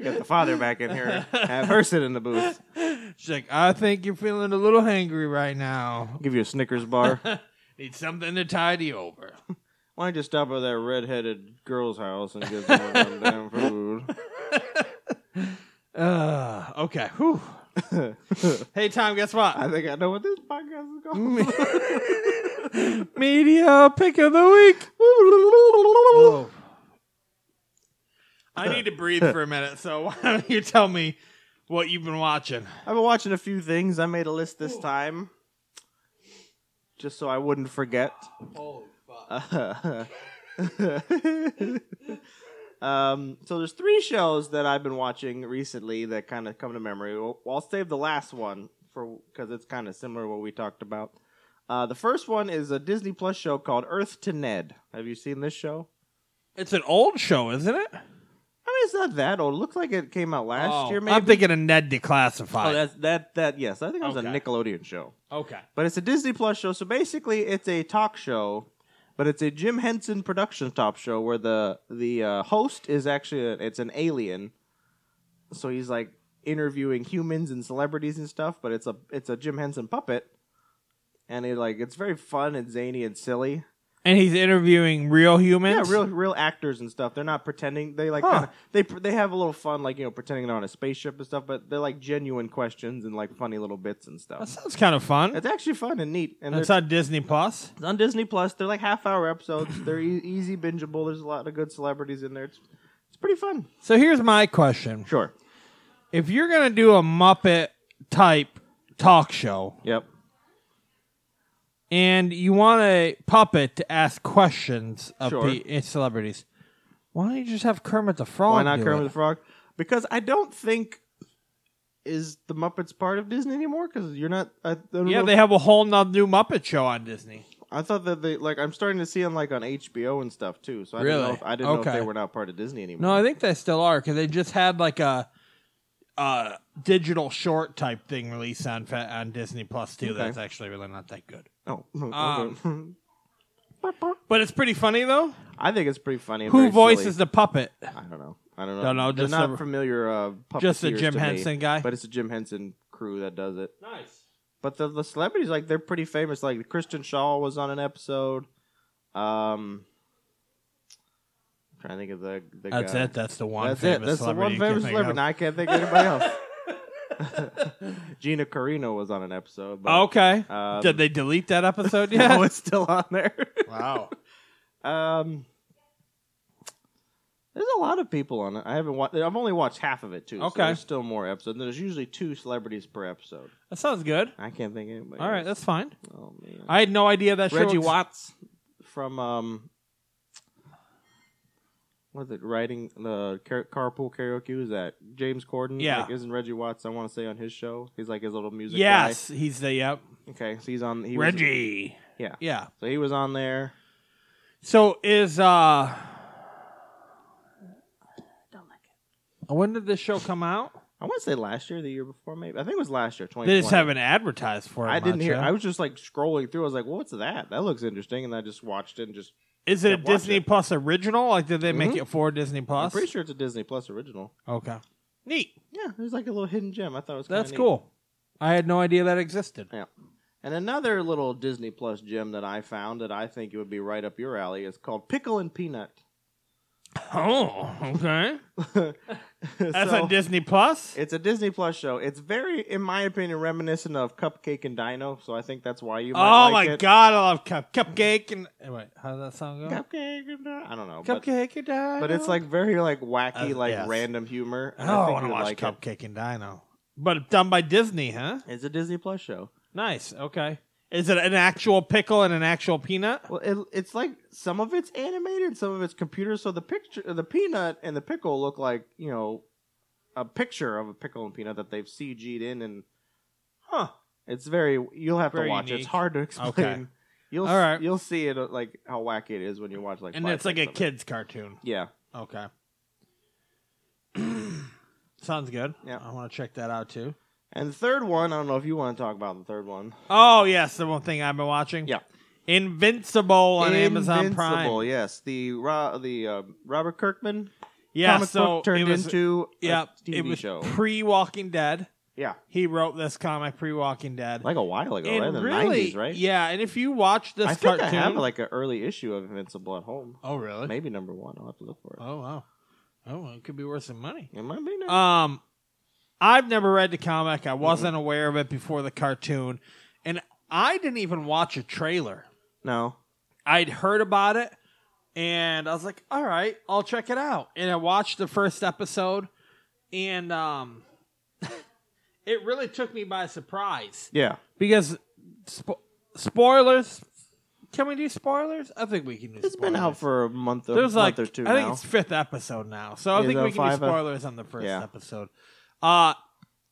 Speaker 1: Get the father back in here. Have her sit in the booth.
Speaker 3: She's like, I think you're feeling a little hangry right now.
Speaker 1: Give you a Snickers bar.
Speaker 3: Need something to tide you over.
Speaker 1: Why don't you stop by that redheaded girl's house and get some goddamn food?
Speaker 3: Uh, okay. Whew. hey, Tom, guess what?
Speaker 1: I think I know what this podcast is called.
Speaker 3: Media pick of the week. Oh. I need to breathe for a minute, so why don't you tell me what you've been watching?
Speaker 1: I've been watching a few things. I made a list this time, just so I wouldn't forget. Oh.
Speaker 3: Holy fuck.
Speaker 1: Uh, um, so there's three shows that I've been watching recently that kind of come to memory. Well, I'll save the last one for because it's kind of similar to what we talked about. Uh, the first one is a Disney Plus show called Earth to Ned. Have you seen this show?
Speaker 3: It's an old show, isn't it?
Speaker 1: I it's not that old. It looks like it came out last
Speaker 3: Oh,
Speaker 1: year. Maybe
Speaker 3: I'm thinking of Ned
Speaker 1: Oh,
Speaker 3: Declassified.
Speaker 1: that's that that yes. I think it was a
Speaker 3: Okay.
Speaker 1: Nickelodeon show,
Speaker 3: okay.
Speaker 1: but it's a Disney Plus show. So basically, it's a talk show, but it's a Jim Henson production talk show where the the uh, host is actually a, it's an alien, so he's like interviewing humans and celebrities and stuff. But it's a it's a Jim Henson puppet, and it like it's very fun and zany and silly.
Speaker 3: And he's interviewing real humans.
Speaker 1: Yeah, real real actors and stuff. They're not pretending. They like
Speaker 3: Huh.
Speaker 1: kinda, they they have a little fun, like you know, pretending they're on a spaceship and stuff. But they're like genuine questions and like funny little bits and
Speaker 3: That
Speaker 1: stuff.
Speaker 3: sounds kind of fun.
Speaker 1: It's actually fun and neat. And
Speaker 3: That's
Speaker 1: they're-
Speaker 3: on Disney Plus.
Speaker 1: it's on Disney Plus. They're like half hour episodes. they're e- easy bingeable. There's a lot of good celebrities in there. It's it's pretty fun.
Speaker 3: So here's my question:
Speaker 1: Sure.
Speaker 3: If you're gonna do a Muppet type talk show
Speaker 1: Yep.
Speaker 3: and you want a puppet to ask questions of
Speaker 1: Sure.
Speaker 3: pe- eh, celebrities, why don't you just have Kermit the Frog?
Speaker 1: Why not
Speaker 3: do
Speaker 1: Kermit
Speaker 3: it?
Speaker 1: the Frog? Because I don't think is the Muppets part of Disney anymore. Because you're not. I, I don't
Speaker 3: Yeah,
Speaker 1: know-
Speaker 3: they have a whole nother new Muppet show on Disney.
Speaker 1: I thought that they like I'm starting to see them like on HBO and stuff too. So I didn't know
Speaker 3: Really?
Speaker 1: if, I didn't know if
Speaker 3: Okay.
Speaker 1: they were not part of Disney anymore.
Speaker 3: No, I think they still are because they just had like a, a digital short type thing released on Fa- on Disney Plus too. That's actually really not that good,
Speaker 1: Oh, okay.
Speaker 3: but it's pretty funny though.
Speaker 1: I think it's pretty funny. and
Speaker 3: Um, Who
Speaker 1: very
Speaker 3: voices
Speaker 1: silly.
Speaker 3: the puppet?
Speaker 1: I don't know. I don't know.
Speaker 3: Don't know,
Speaker 1: They're
Speaker 3: just
Speaker 1: not
Speaker 3: a-
Speaker 1: familiar. Uh,
Speaker 3: just a
Speaker 1: puppeteers
Speaker 3: Jim
Speaker 1: to me,
Speaker 3: Henson guy?
Speaker 1: but it's a Jim Henson crew that does it.
Speaker 3: Nice.
Speaker 1: But the, the celebrities like they're pretty famous. Like Kristen Shaw was on an episode. Um, I'm trying to think of the, the
Speaker 3: That's
Speaker 1: guy.
Speaker 3: it. That's the one.
Speaker 1: That's
Speaker 3: famous
Speaker 1: it. That's the
Speaker 3: celebrity
Speaker 1: one
Speaker 3: you can
Speaker 1: famous
Speaker 3: think
Speaker 1: celebrity.
Speaker 3: of.
Speaker 1: Now I can't think of anybody else. Gina Carino was on an episode. But,
Speaker 3: Okay.
Speaker 1: Um,
Speaker 3: Did they delete that episode yet?
Speaker 1: No, it's still on there.
Speaker 3: wow.
Speaker 1: um, there's a lot of people on it. I haven't watched. I've only watched half of it too. so
Speaker 3: Okay.
Speaker 1: there's still more episodes. There's usually two celebrities per episode.
Speaker 3: That sounds good.
Speaker 1: I can't think of anybody.
Speaker 3: All right,
Speaker 1: else.
Speaker 3: that's fine.
Speaker 1: oh man.
Speaker 3: I had no idea that
Speaker 1: Reggie
Speaker 3: show.
Speaker 1: Watts from um, was it writing the car- carpool karaoke? Was that James Corden?
Speaker 3: Yeah.
Speaker 1: Like, isn't Reggie Watts? I want to say on his show. He's like his little music.
Speaker 3: Yes, he's the yep.
Speaker 1: Guy. Okay, so he's on. He was-
Speaker 3: Reggie.
Speaker 1: yeah.
Speaker 3: Yeah.
Speaker 1: So he was on there.
Speaker 3: So is uh don't like it. When did this show come out?
Speaker 1: I want to say last year, the year before, maybe. I think it was last year.
Speaker 3: They
Speaker 1: 2020.
Speaker 3: just haven't advertised for it.
Speaker 1: I didn't
Speaker 3: much,
Speaker 1: hear.
Speaker 3: huh?
Speaker 1: I was just like scrolling through. I was like, well, "What's that? That looks interesting." And I just watched it. And just,
Speaker 3: Is it a
Speaker 1: Yeah, watch
Speaker 3: Disney
Speaker 1: it. Mm-hmm.
Speaker 3: Plus original? Like, did they make it for Disney
Speaker 1: I'm
Speaker 3: Plus?
Speaker 1: pretty sure it's a Disney Plus original.
Speaker 3: Okay. Neat.
Speaker 1: Yeah, there's like a little hidden gem. I thought it was. kinda
Speaker 3: That's
Speaker 1: neat.
Speaker 3: cool. I had no idea that existed.
Speaker 1: Yeah. And another little Disney Plus gem that I found that I think it would be right up your alley is called Pickle and Peanut.
Speaker 3: Oh, okay. That's
Speaker 1: So,
Speaker 3: on Disney Plus.
Speaker 1: It's a Disney Plus show. It's very, in my opinion, reminiscent of Cupcake and Dino. So I think that's why you. Might
Speaker 3: Oh
Speaker 1: like
Speaker 3: my
Speaker 1: it.
Speaker 3: god, I love cup cupcake and eh, wait, how does that sound go?
Speaker 1: Cupcake and Dino. I don't know. but-
Speaker 3: cupcake and dino.
Speaker 1: But it's like very like wacky,
Speaker 3: Uh,
Speaker 1: like
Speaker 3: yes.
Speaker 1: random humor.
Speaker 3: oh, I, want
Speaker 1: you
Speaker 3: to
Speaker 1: would
Speaker 3: watch
Speaker 1: like it.
Speaker 3: Cupcake and Dino, but done by Disney, huh?
Speaker 1: It's a Disney Plus show.
Speaker 3: Nice. Okay. Is it an actual pickle and an actual peanut?
Speaker 1: Well, it, it's like some of it's animated, some of it's computer. So the picture, the peanut and the pickle look like you know a picture of a pickle and peanut that they've CG'd in, and
Speaker 3: Huh.
Speaker 1: it's very. You'll have
Speaker 3: Very
Speaker 1: to watch. it.
Speaker 3: unique.
Speaker 1: It's hard to explain.
Speaker 3: Okay.
Speaker 1: You'll
Speaker 3: All right.
Speaker 1: you'll see it uh, like how wacky it is when you watch like.
Speaker 3: And
Speaker 1: five
Speaker 3: it's like a
Speaker 1: seconds of it.
Speaker 3: kids cartoon.
Speaker 1: Yeah.
Speaker 3: Okay. Sounds good.
Speaker 1: Yeah.
Speaker 3: I want to check that out too.
Speaker 1: And the third one, I don't know if you want to talk about the third one.
Speaker 3: Oh yes, the one thing I've been watching.
Speaker 1: Yeah.
Speaker 3: Invincible on Amazon
Speaker 1: Invincible,
Speaker 3: Prime.
Speaker 1: Yes, the Ro- the uh, Robert Kirkman
Speaker 3: Yeah.
Speaker 1: comic
Speaker 3: so
Speaker 1: book turned
Speaker 3: it was,
Speaker 1: into
Speaker 3: yeah,
Speaker 1: a TV
Speaker 3: it was
Speaker 1: show.
Speaker 3: pre Walking Dead.
Speaker 1: yeah,
Speaker 3: He wrote this comic pre Walking Dead.
Speaker 1: like a while ago,
Speaker 3: and
Speaker 1: right? In the
Speaker 3: really,
Speaker 1: 90s, right?
Speaker 3: Yeah, and if you watch this
Speaker 1: I think
Speaker 3: cartoon,
Speaker 1: I have like an early issue of Invincible at home.
Speaker 3: oh really?
Speaker 1: Maybe number one. I'll have to look for it.
Speaker 3: Oh wow. Oh, well, it could be worth some money.
Speaker 1: It might be number
Speaker 3: Um, I've never read the comic. I wasn't aware of it before the cartoon, and I didn't even watch a trailer.
Speaker 1: No.
Speaker 3: I'd heard about it, and I was like, "All right, I'll check it out." And I watched the first episode, and um, it really took me by surprise
Speaker 1: Yeah.
Speaker 3: because spo- spoilers. Can we do spoilers? I think we can do.
Speaker 1: It's been out for a month, a
Speaker 3: There's
Speaker 1: month
Speaker 3: like
Speaker 1: or two
Speaker 3: I think
Speaker 1: now.
Speaker 3: it's fifth episode now, so I
Speaker 1: Is
Speaker 3: think
Speaker 1: it
Speaker 3: we can do
Speaker 1: five ep-
Speaker 3: spoilers on the first
Speaker 1: Yeah.
Speaker 3: episode. Uh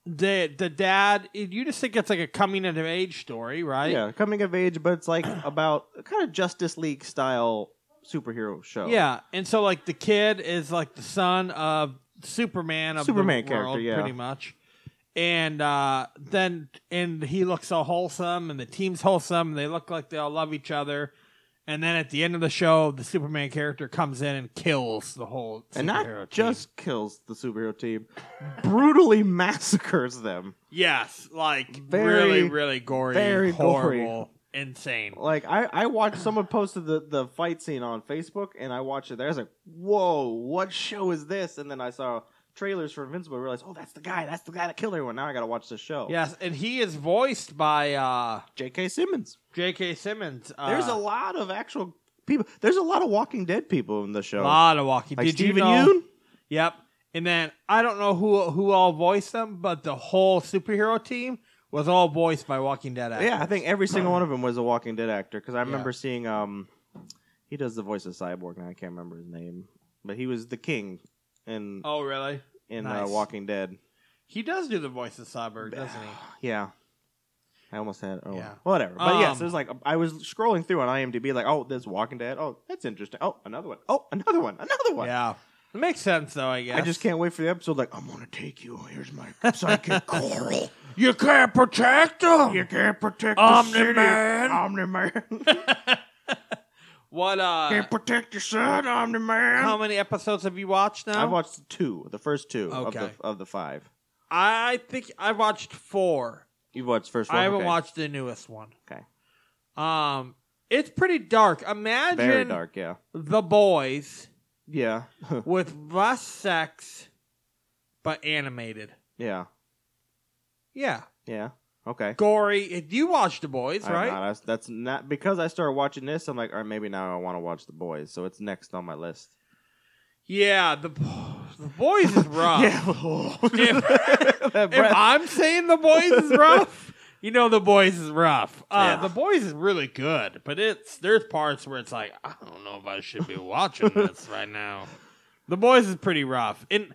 Speaker 3: the the dad, you just think it's like a coming of age story, right?
Speaker 1: yeah, coming of age, but it's like about kind of Justice League style superhero show.
Speaker 3: Yeah, and so like the kid is like the son of Superman of the
Speaker 1: Superman character,
Speaker 3: world,
Speaker 1: yeah.
Speaker 3: pretty much. And uh, then and he looks so wholesome, and the team's wholesome. And they look like they all love each other. And then at the end of the show, the Superman character comes in and kills the whole
Speaker 1: and
Speaker 3: superhero team.
Speaker 1: not just kills the superhero team, brutally massacres them.
Speaker 3: yes, like
Speaker 1: Very,
Speaker 3: really, really gory,
Speaker 1: very gory.
Speaker 3: horrible, insane.
Speaker 1: Like I, I watched someone posted the, the fight scene on Facebook, and I watched it there. I was like, "Whoa, what show is this?" And then I saw trailers for Invincible. and realized, oh, that's the guy. That's the guy that killed everyone. Now I got to watch the show.
Speaker 3: Yes, and he is voiced by uh,
Speaker 1: J.K. Simmons.
Speaker 3: J.K. Simmons. Uh,
Speaker 1: There's a lot of actual people. There's a lot of Walking Dead people in the show.
Speaker 3: lot of walking.
Speaker 1: like
Speaker 3: Did
Speaker 1: Steven
Speaker 3: you know?
Speaker 1: Yeun?
Speaker 3: Yep. And then I don't know who who all voiced them, but the whole superhero team was all voiced by Walking Dead actors.
Speaker 1: Yeah, I think every single one of them was a Walking Dead actor because I remember seeing um, he does the voice of Cyborg now. I can't remember his name, but he was the king in
Speaker 3: Oh, really?
Speaker 1: in uh,
Speaker 3: nice.
Speaker 1: Walking Dead.
Speaker 3: He does do the voice of Cyborg, doesn't he?
Speaker 1: Yeah. I almost had oh
Speaker 3: Yeah.
Speaker 1: whatever. But yes,
Speaker 3: Um,
Speaker 1: it was like I was scrolling through on IMDb like, oh, there's Walking Dead. Oh, that's interesting. Oh, another one. Oh, another one. Another one.
Speaker 3: Yeah. It makes sense, though. I guess.
Speaker 1: I just can't wait for the episode. Like, I'm gonna take you. Here's my psychic coral.
Speaker 3: You can't protect him.
Speaker 1: You can't protect
Speaker 3: Omni-Man.
Speaker 1: Omni Man.
Speaker 3: What? Uh,
Speaker 1: protect your son, Omni
Speaker 3: how
Speaker 1: Man.
Speaker 3: many episodes have you watched now?
Speaker 1: I watched two, the first two
Speaker 3: Okay.
Speaker 1: of the of the five.
Speaker 3: I think I watched four.
Speaker 1: You've watched the first one.
Speaker 3: I haven't
Speaker 1: Okay.
Speaker 3: watched the newest one.
Speaker 1: Okay.
Speaker 3: Um, it's pretty dark. Imagine
Speaker 1: Very dark. Yeah.
Speaker 3: the boys
Speaker 1: Yeah.
Speaker 3: with less sex, but animated.
Speaker 1: yeah.
Speaker 3: Yeah.
Speaker 1: Yeah. Okay.
Speaker 3: Gory. You watched The Boys,
Speaker 1: I'm
Speaker 3: right?
Speaker 1: not- I- that's not because I started watching this. I'm like, all right, maybe now I want to watch The Boys, so it's next on my list.
Speaker 3: Yeah, The, the Boys is rough.
Speaker 1: That
Speaker 3: If, if
Speaker 1: breath.
Speaker 3: I'm saying The Boys is rough, you know The Boys is rough. Uh,
Speaker 1: Yeah.
Speaker 3: The Boys is really good, but it's there's parts where it's like, I don't know if I should be watching this right now. The Boys is pretty rough. And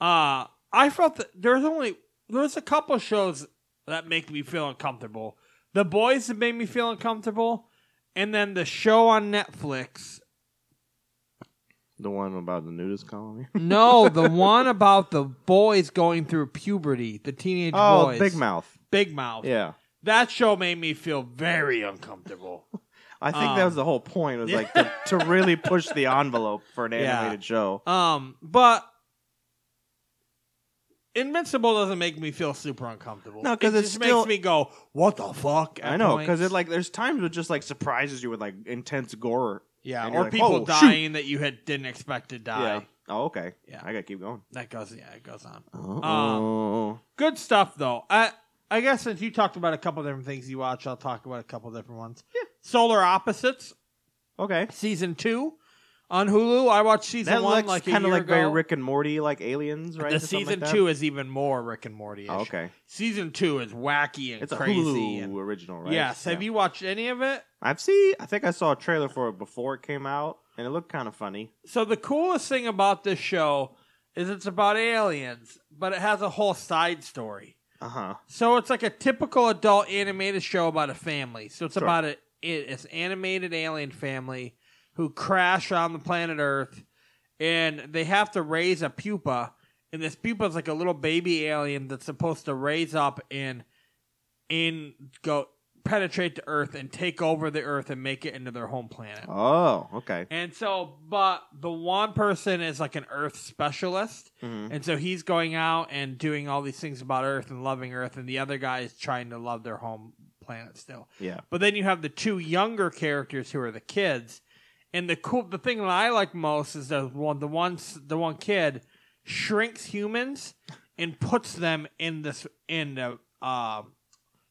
Speaker 3: uh, I felt that there's only there's a couple shows that make me feel uncomfortable. The Boys have made me feel uncomfortable, and then the show on Netflix
Speaker 1: the one about the nudist colony.
Speaker 3: No, the one about the boys going through puberty, the teenage
Speaker 1: oh,
Speaker 3: boys.
Speaker 1: Big Mouth.
Speaker 3: Big Mouth.
Speaker 1: Yeah,
Speaker 3: That show made me feel very uncomfortable.
Speaker 1: I think that
Speaker 3: Um,
Speaker 1: was the whole point. Was like to, to really push the envelope for an
Speaker 3: Yeah.
Speaker 1: animated show.
Speaker 3: Um, but Invincible doesn't make me feel super uncomfortable.
Speaker 1: No, 'cause
Speaker 3: it
Speaker 1: it's
Speaker 3: just
Speaker 1: still-
Speaker 3: makes me go, "What the fuck?" at
Speaker 1: I know
Speaker 3: points.
Speaker 1: because it like there's times it just like surprises you with like intense gore.
Speaker 3: yeah,
Speaker 1: and
Speaker 3: or
Speaker 1: you're like,
Speaker 3: people
Speaker 1: "Oh, shoot."
Speaker 3: dying that you had didn't expect to die.
Speaker 1: Yeah. Oh, okay.
Speaker 3: Yeah.
Speaker 1: I gotta keep going.
Speaker 3: That goes, yeah, it goes on.
Speaker 1: Oh.
Speaker 3: Good stuff, though. I I guess since you talked about a couple different things you watch, I'll talk about a couple different ones. Yeah. Solar Opposites.
Speaker 1: okay.
Speaker 3: season two on Hulu. I watched season
Speaker 1: That
Speaker 3: one
Speaker 1: looks
Speaker 3: like
Speaker 1: kind of like
Speaker 3: ago.
Speaker 1: very Rick and Morty, like aliens, right?
Speaker 3: The
Speaker 1: or something
Speaker 3: season
Speaker 1: like that?
Speaker 3: two is even more Rick and Morty.
Speaker 1: Oh, okay.
Speaker 3: season two is wacky and
Speaker 1: It's a
Speaker 3: crazy.
Speaker 1: Hulu
Speaker 3: and-
Speaker 1: original, right?
Speaker 3: Yes. Have
Speaker 1: Yeah.
Speaker 3: you watched any of it?
Speaker 1: I've seen. I think I saw a trailer for it before it came out, and it looked kind of funny.
Speaker 3: So the coolest thing about this show is it's about aliens, but it has a whole side story.
Speaker 1: Uh huh.
Speaker 3: So it's like a typical adult animated show about a family. So it's
Speaker 1: Sure.
Speaker 3: about a, it- it's animated alien family who crash on the planet Earth, and they have to raise a pupa. And this pupa is like a little baby alien that's supposed to raise up and in go penetrate the Earth and take over the Earth and make it into their home planet.
Speaker 1: Oh, okay.
Speaker 3: And so, but the one person is like an Earth specialist,
Speaker 1: Mhm.
Speaker 3: and so he's going out and doing all these things about Earth and loving Earth, and the other guy is trying to love their home planet still.
Speaker 1: Yeah.
Speaker 3: But then you have the two younger characters who are the kids, and the cool the thing that I like most is the one the one s- the one kid shrinks humans and puts them in this in the uh,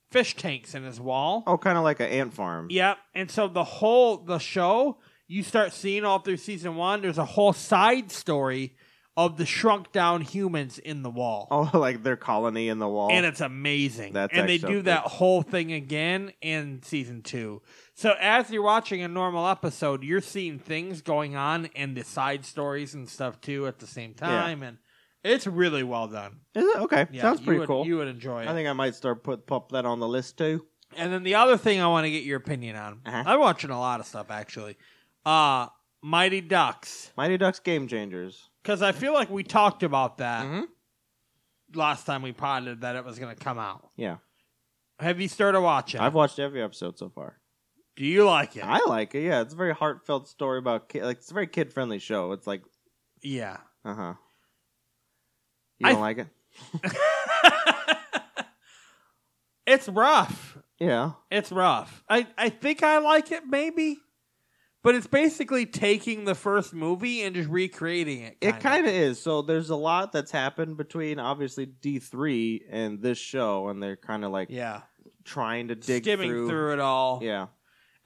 Speaker 3: fish tanks in his wall.
Speaker 1: Oh, kind of like an ant farm.
Speaker 3: Yep. And so the whole the show you start seeing all through season one. There's a whole side story of the shrunk down humans in the wall,
Speaker 1: Oh, like their colony in the wall.
Speaker 3: and it's amazing.
Speaker 1: That's
Speaker 3: and they
Speaker 1: actually
Speaker 3: do that whole thing again in season two. So as you're watching a normal episode, you're seeing things going on and the side stories and stuff too at the same time, and it's really well done.
Speaker 1: Is it okay?
Speaker 3: Yeah,
Speaker 1: Sounds
Speaker 3: you
Speaker 1: pretty
Speaker 3: would-
Speaker 1: cool.
Speaker 3: You would enjoy it.
Speaker 1: I think I might start put pop that on the list too.
Speaker 3: And then the other thing I want to get your opinion on.
Speaker 1: Uh-huh.
Speaker 3: I'm watching a lot of stuff actually. Uh Mighty Ducks
Speaker 1: Mighty Ducks Game Changers.
Speaker 3: because I feel like we talked about that
Speaker 1: Mhm.
Speaker 3: last time we potted that it was going to come out.
Speaker 1: Mm-hmm. Yeah.
Speaker 3: Have you started watching?
Speaker 1: I've watched every episode so far.
Speaker 3: Do you like it?
Speaker 1: I like it. Yeah, it's a very heartfelt story about ki- like it's a very kid friendly show. It's like
Speaker 3: yeah.
Speaker 1: uh huh. You
Speaker 3: I-
Speaker 1: don't like it?
Speaker 3: it's rough.
Speaker 1: Yeah.
Speaker 3: It's rough. I, I think I like it maybe, but it's basically taking the first movie and just recreating it.
Speaker 1: It kind of is. So there's a lot that's happened between obviously D three and this show, and they're kind of like
Speaker 3: yeah,
Speaker 1: trying to dig
Speaker 3: skimming
Speaker 1: through.
Speaker 3: through. it all.
Speaker 1: Yeah,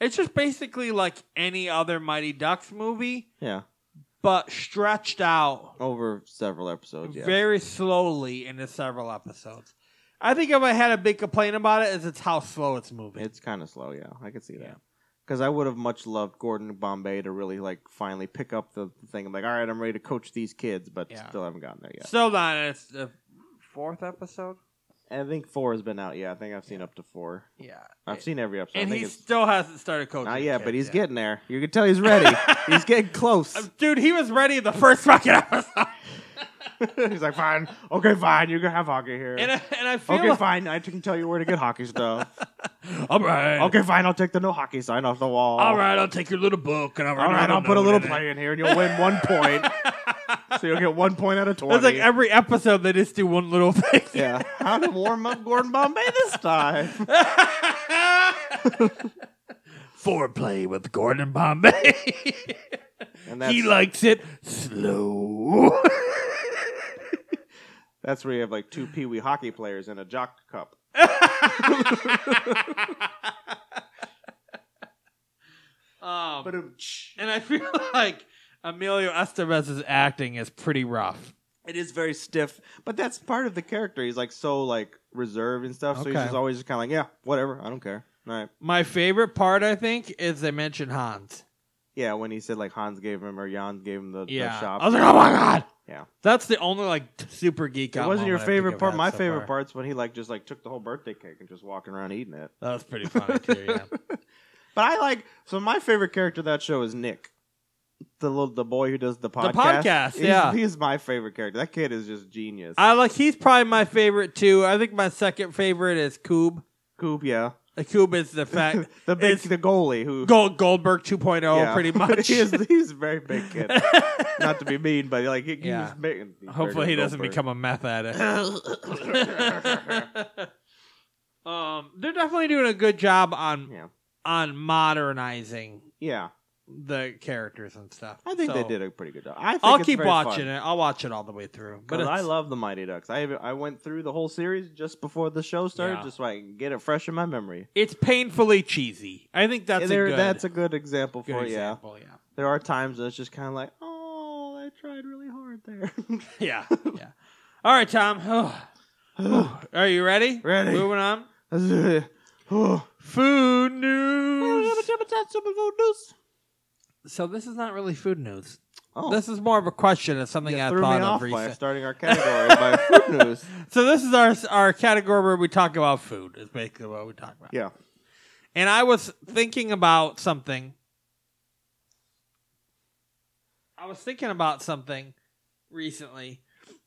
Speaker 3: It's just basically like any other Mighty Ducks movie,
Speaker 1: yeah.
Speaker 3: but stretched out
Speaker 1: Over several episodes. Yeah.
Speaker 3: very slowly into several episodes. I think if I had a big complaint about it, is it's how slow it's moving.
Speaker 1: It's kind of slow. Yeah, I can see
Speaker 3: Yeah.
Speaker 1: that. Because I would have much loved Gordon Bombay to really like finally pick up the thing. I'm like, all right, I'm ready to coach these kids, but
Speaker 3: Yeah.
Speaker 1: still haven't gotten there yet.
Speaker 3: Still not. It's the fourth episode.
Speaker 1: And I think four has been out. Yeah, I think I've seen up to four.
Speaker 3: Yeah,
Speaker 1: I've seen every episode.
Speaker 3: and
Speaker 1: I think
Speaker 3: he
Speaker 1: it's
Speaker 3: still hasn't started coaching.
Speaker 1: not yet,
Speaker 3: the
Speaker 1: but
Speaker 3: kids
Speaker 1: he's
Speaker 3: yet. Uh,
Speaker 1: getting there. You can tell he's ready. he's getting close.
Speaker 3: Dude, he was ready the first fucking episode.
Speaker 1: he's like, fine, okay, fine. You can have hockey here.
Speaker 3: And I, and I feel
Speaker 1: Okay,
Speaker 3: like,
Speaker 1: fine. I can tell you where to get hockey stuff.
Speaker 3: all right,
Speaker 1: okay, fine. I'll take the no hockey sign off the wall.
Speaker 3: all right, I'll take your little book and I'll
Speaker 1: All
Speaker 3: write
Speaker 1: right,
Speaker 3: down
Speaker 1: I'll put a
Speaker 3: note
Speaker 1: little
Speaker 3: in it.
Speaker 1: play in here, and you'll win one point. so you'll get one point out of twenty.
Speaker 3: It's like every episode they just do one little thing.
Speaker 1: yeah. How to warm up Gordon Bombay this time?
Speaker 3: Foreplay with Gordon Bombay.
Speaker 1: And
Speaker 3: he
Speaker 1: that's
Speaker 3: likes it slow.
Speaker 1: that's where you have like two pee wee hockey players in a jock cup.
Speaker 3: Um, and I feel like Emilio Estevez's acting is pretty rough.
Speaker 1: It is very stiff, but that's part of the character. He's like so like reserved and stuff. So he's
Speaker 3: Okay.
Speaker 1: just always just kind of like, yeah, whatever. I don't care. All right.
Speaker 3: My favorite part, I think, is they mention Hans.
Speaker 1: Yeah, when he said like Hans gave him or Jan gave him the, the
Speaker 3: Yeah,
Speaker 1: shop.
Speaker 3: I was like, oh my god.
Speaker 1: Yeah.
Speaker 3: that's the only like t- super geek.
Speaker 1: it
Speaker 3: out
Speaker 1: wasn't your
Speaker 3: moment I think
Speaker 1: favorite
Speaker 3: I've
Speaker 1: part.
Speaker 3: had
Speaker 1: My
Speaker 3: so
Speaker 1: favorite
Speaker 3: far.
Speaker 1: part's when he like just like took the whole birthday cake and just walking around eating it.
Speaker 3: That was pretty funny too. Yeah.
Speaker 1: But I like so my favorite character of that show is Nick, the little the boy who does the podcast.
Speaker 3: podcast,
Speaker 1: He's-
Speaker 3: yeah.
Speaker 1: he's my favorite character. That kid is just genius.
Speaker 3: I like. He's probably my favorite too. I think my second favorite is Koob.
Speaker 1: Coop, yeah,
Speaker 3: Uh, Koob is the fact
Speaker 1: the big
Speaker 3: it's-
Speaker 1: the goalie who
Speaker 3: Gold, Goldberg 2.0,
Speaker 1: yeah.
Speaker 3: pretty much.
Speaker 1: he is, he's a very big kid. Not to be mean, but like he,
Speaker 3: Yeah.
Speaker 1: he's big. He's
Speaker 3: Hopefully,
Speaker 1: bigger
Speaker 3: he
Speaker 1: than
Speaker 3: doesn't
Speaker 1: Goldberg.
Speaker 3: become a meth addict. um, they're definitely doing a good job on
Speaker 1: Yeah.
Speaker 3: on modernizing
Speaker 1: Yeah,
Speaker 3: the characters and stuff.
Speaker 1: I think they
Speaker 3: So,
Speaker 1: did a pretty good job. I think
Speaker 3: I'll
Speaker 1: it's
Speaker 3: keep
Speaker 1: very
Speaker 3: watching
Speaker 1: fun.
Speaker 3: it. I'll watch it all the way through. But
Speaker 1: But I
Speaker 3: it's-
Speaker 1: love the Mighty Ducks. I I went through the whole series just before the show started,
Speaker 3: Yeah.
Speaker 1: just so I can get it fresh in my memory.
Speaker 3: it's painfully cheesy. I think that's
Speaker 1: There-
Speaker 3: a good,
Speaker 1: that's a good example
Speaker 3: good
Speaker 1: for yeah.
Speaker 3: example. Yeah.
Speaker 1: There are times that it's just kind of like, oh, I tried really hard there.
Speaker 3: Yeah, yeah. All right, Tom. Are you ready?
Speaker 1: Ready.
Speaker 3: Moving on.
Speaker 1: oh.
Speaker 3: Food news. So this is not really food news. This is more of a question. It's something
Speaker 1: Oh. You
Speaker 3: I
Speaker 1: threw me
Speaker 3: thought of
Speaker 1: off by
Speaker 3: recently.
Speaker 1: starting our category by food news.
Speaker 3: So this is our our category where we talk about food. Is basically what we talk about.
Speaker 1: Yeah.
Speaker 3: And I was thinking about something. I was thinking about something recently,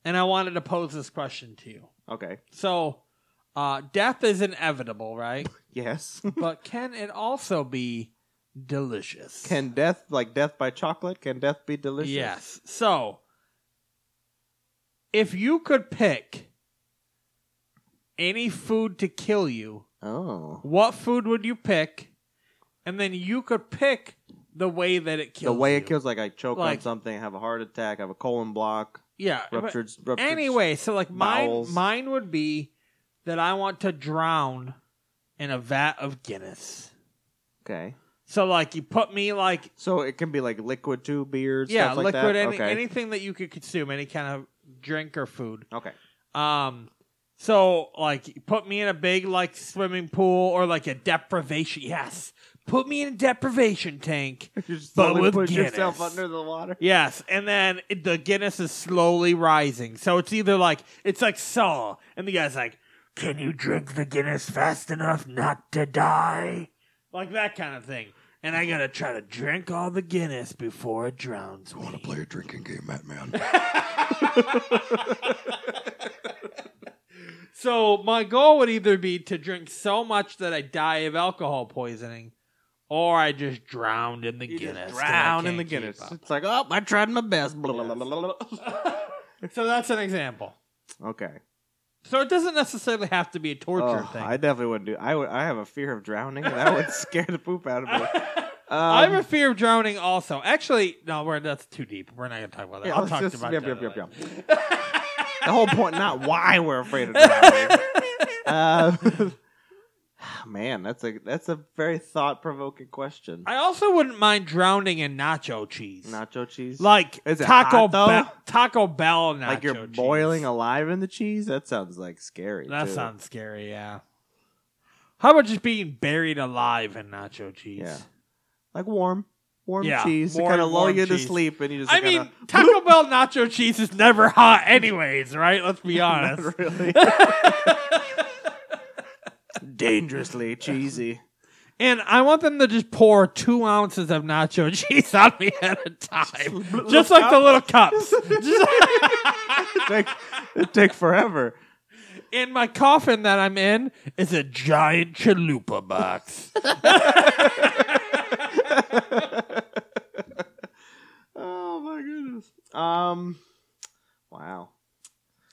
Speaker 3: and I wanted to pose this question to you.
Speaker 1: Okay.
Speaker 3: So, uh, death is inevitable, right?
Speaker 1: Yes.
Speaker 3: but can it also be delicious?
Speaker 1: can death, like death by chocolate, can death be delicious?
Speaker 3: Yes. So, if you could pick any food to kill you,
Speaker 1: Oh.
Speaker 3: what food would you pick? And then you could pick the way that it kills.
Speaker 1: the way
Speaker 3: you.
Speaker 1: it kills, like I choke
Speaker 3: Like-
Speaker 1: on something, have a heart attack, have a colon block,
Speaker 3: Yeah. but
Speaker 1: ruptured. ruptured
Speaker 3: Anyway, so like mine,
Speaker 1: bowels.
Speaker 3: mine would be that I want to drown in a vat of Guinness.
Speaker 1: Okay.
Speaker 3: So like you put me like
Speaker 1: So it can be like liquid too, beer,
Speaker 3: yeah,
Speaker 1: stuff like
Speaker 3: liquid,
Speaker 1: that.
Speaker 3: any,
Speaker 1: okay.
Speaker 3: anything that you could consume, any kind of drink or food.
Speaker 1: okay.
Speaker 3: Um, so like, put me in a big like swimming pool or like a deprivation. Yes, put me in a deprivation tank.
Speaker 1: You just
Speaker 3: But
Speaker 1: slowly
Speaker 3: with
Speaker 1: push yourself
Speaker 3: Guinness.
Speaker 1: under the water.
Speaker 3: Yes, and then it, the Guinness is slowly rising. So it's either like it's like Saw, and the guy's like, "Can you drink the Guinness fast enough not to die?" Like that kind of thing. and I gotta try to drink all the Guinness before it drowns me.
Speaker 5: want to play a drinking game, Batman.
Speaker 3: So my goal would either be to drink so much that I die of alcohol poisoning, or I just drowned in the Guinness. and I
Speaker 1: Drown
Speaker 3: can't
Speaker 1: in the
Speaker 3: keep
Speaker 1: Guinness.
Speaker 3: up.
Speaker 1: It's like, oh, I tried my best. Blah, blah, blah, blah, blah, blah.
Speaker 3: So that's an example.
Speaker 1: Okay.
Speaker 3: So it doesn't necessarily have to be a torture
Speaker 1: Oh,
Speaker 3: thing.
Speaker 1: I definitely wouldn't do. I would. I have a fear of drowning. and That would scare the poop out of me. Um,
Speaker 3: I have a fear of drowning. Also, actually, no, we're that's too deep. We're not gonna talk about that.
Speaker 1: yeah,
Speaker 3: I'll
Speaker 1: let's
Speaker 3: talk
Speaker 1: just-
Speaker 3: about
Speaker 1: yup,
Speaker 3: that.
Speaker 1: yup, yup,
Speaker 3: later.
Speaker 1: yup. the whole point, not why we're afraid of drowning. uh, man, that's a that's a very thought provoking question.
Speaker 3: I also wouldn't mind drowning in nacho cheese,
Speaker 1: Nacho cheese,
Speaker 3: like
Speaker 1: Is it
Speaker 3: Taco
Speaker 1: hot, though?
Speaker 3: Bell. Taco Bell nacho.
Speaker 1: like you're
Speaker 3: cheese.
Speaker 1: boiling alive in the cheese. That sounds like scary.
Speaker 3: That
Speaker 1: too.
Speaker 3: sounds scary, yeah. How about just being buried alive in nacho cheese?
Speaker 1: Yeah. like warm, warm
Speaker 3: Yeah,
Speaker 1: cheese to
Speaker 3: warm-
Speaker 1: kind of lull
Speaker 3: warm
Speaker 1: you to
Speaker 3: cheese.
Speaker 1: sleep, and you just
Speaker 3: I
Speaker 1: kinda-
Speaker 3: mean, Taco Bell nacho cheese is never hot, anyways, right? Let's be honest.
Speaker 1: Not really. Dangerously cheesy.
Speaker 3: And I want them to just pour two ounces of nacho cheese on me at a time, just like the little cups. Just-
Speaker 1: Take, it take forever.
Speaker 3: and my coffin that I'm in is a giant chalupa box.
Speaker 1: Oh my goodness. Um. Wow.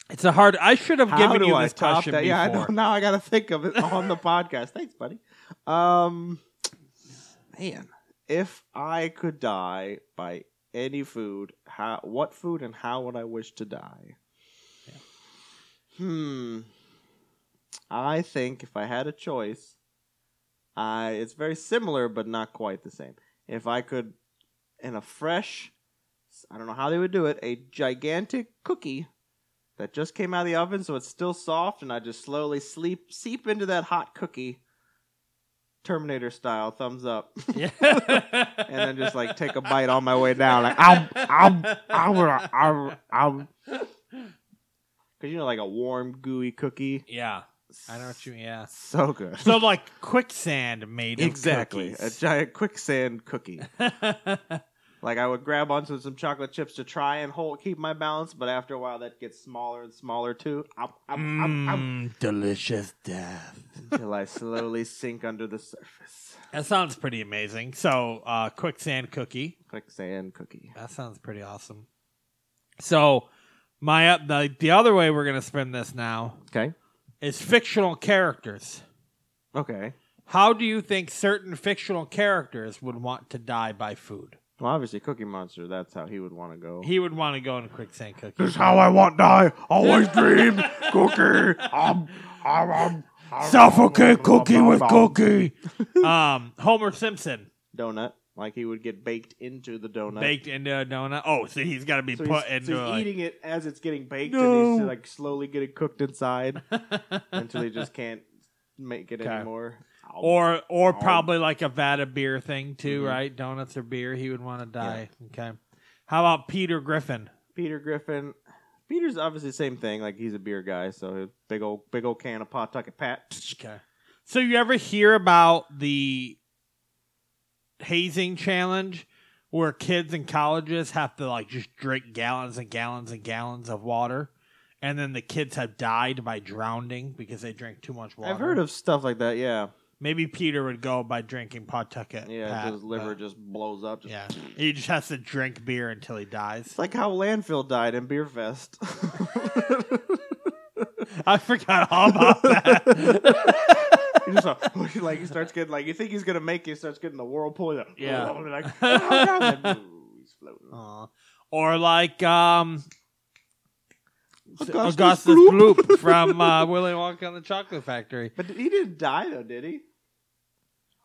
Speaker 3: It's a hard. I should have
Speaker 1: How
Speaker 3: given
Speaker 1: do
Speaker 3: you
Speaker 1: I
Speaker 3: this
Speaker 1: top
Speaker 3: question
Speaker 1: that? Yeah, I
Speaker 3: before.
Speaker 1: know, now I got to think of it on the podcast. Thanks, buddy. Um, man, if I could die by any food, how? What food and how would I wish to die? Hmm. I think if I had a choice, I it's very similar but not quite the same. If I could, in a fresh, I don't know how they would do it, a gigantic cookie that just came out of the oven, so it's still soft, and I just slowly sleep seep into that hot cookie, Terminator style, thumbs up, and then just like take a bite on my way down, like I'm I'm I'm I'm I'm, because you know like a warm gooey cookie,
Speaker 3: yeah, I know what you mean. Yeah.
Speaker 1: so good,
Speaker 3: So like quicksand made of
Speaker 1: exactly a
Speaker 3: cookies.
Speaker 1: giant quicksand cookie. Like I would grab onto some chocolate chips to try and hold keep my balance, but after a while that gets smaller and smaller too. I'm, I'm, I'm, I'm,
Speaker 3: Mm, delicious death.
Speaker 1: until I slowly sink under the surface.
Speaker 3: That sounds pretty amazing. So uh, quicksand cookie.
Speaker 1: Quicksand cookie.
Speaker 3: That sounds pretty awesome. So my up the, the other way we're gonna spin this now
Speaker 1: Okay.
Speaker 3: is fictional characters.
Speaker 1: Okay.
Speaker 3: How do you think certain fictional characters would want to die by food?
Speaker 1: Well, obviously, Cookie Monster. That's how he would want to go.
Speaker 3: He would want to go in quicksand cookie.
Speaker 5: That's how I want to die. Always dreamed cookie. Um, um, um, um,
Speaker 3: Suffocate
Speaker 5: cookie with
Speaker 3: cookie. um, Homer Simpson
Speaker 1: donut, like he would get baked into the donut.
Speaker 3: baked into a donut. Oh, so he's got to be
Speaker 1: So he's,
Speaker 3: put
Speaker 1: so
Speaker 3: into
Speaker 1: he's
Speaker 3: a, like-
Speaker 1: eating it as it's getting baked, and
Speaker 3: No.
Speaker 1: he's like slowly getting cooked inside until he just can't make it
Speaker 3: Okay.
Speaker 1: anymore. Ow.
Speaker 3: or or
Speaker 1: Oh.
Speaker 3: probably like a vat of beer thing too,
Speaker 1: Mhm.
Speaker 3: right? Donuts or beer, he would want to die. Okay. How about Peter Griffin?
Speaker 1: Peter Griffin. Peter's obviously the same thing. Like he's a beer guy, so his big old big old can of Pawtucket Pat.
Speaker 3: Okay. So you ever hear about the hazing challenge where kids in colleges have to like just drink gallons and gallons and gallons of water and then the kids have died by drowning because they drank too much water.
Speaker 1: I've heard of stuff like that. Yeah,
Speaker 3: Maybe Peter would go by drinking Pawtucket.
Speaker 1: yeah.
Speaker 3: Pat,
Speaker 1: his liver
Speaker 3: but-
Speaker 1: just blows up. Just
Speaker 3: Yeah. He just has to drink beer until he dies.
Speaker 1: It's like how Landfill died in Beer Fest.
Speaker 3: I forgot all about that.
Speaker 1: he just like, like he starts getting like you think he's gonna make it, he starts getting the whirlpool. he's Like,
Speaker 3: Yeah. Uh-huh.
Speaker 1: like, oh, my God, and then, ooh, he's floating.
Speaker 3: Aw. Or like um
Speaker 1: Augustus
Speaker 3: Augustus,
Speaker 1: Gloop.
Speaker 3: Gloop, from uh, Willy Wonka and the Chocolate Factory.
Speaker 1: But he didn't die though, did he?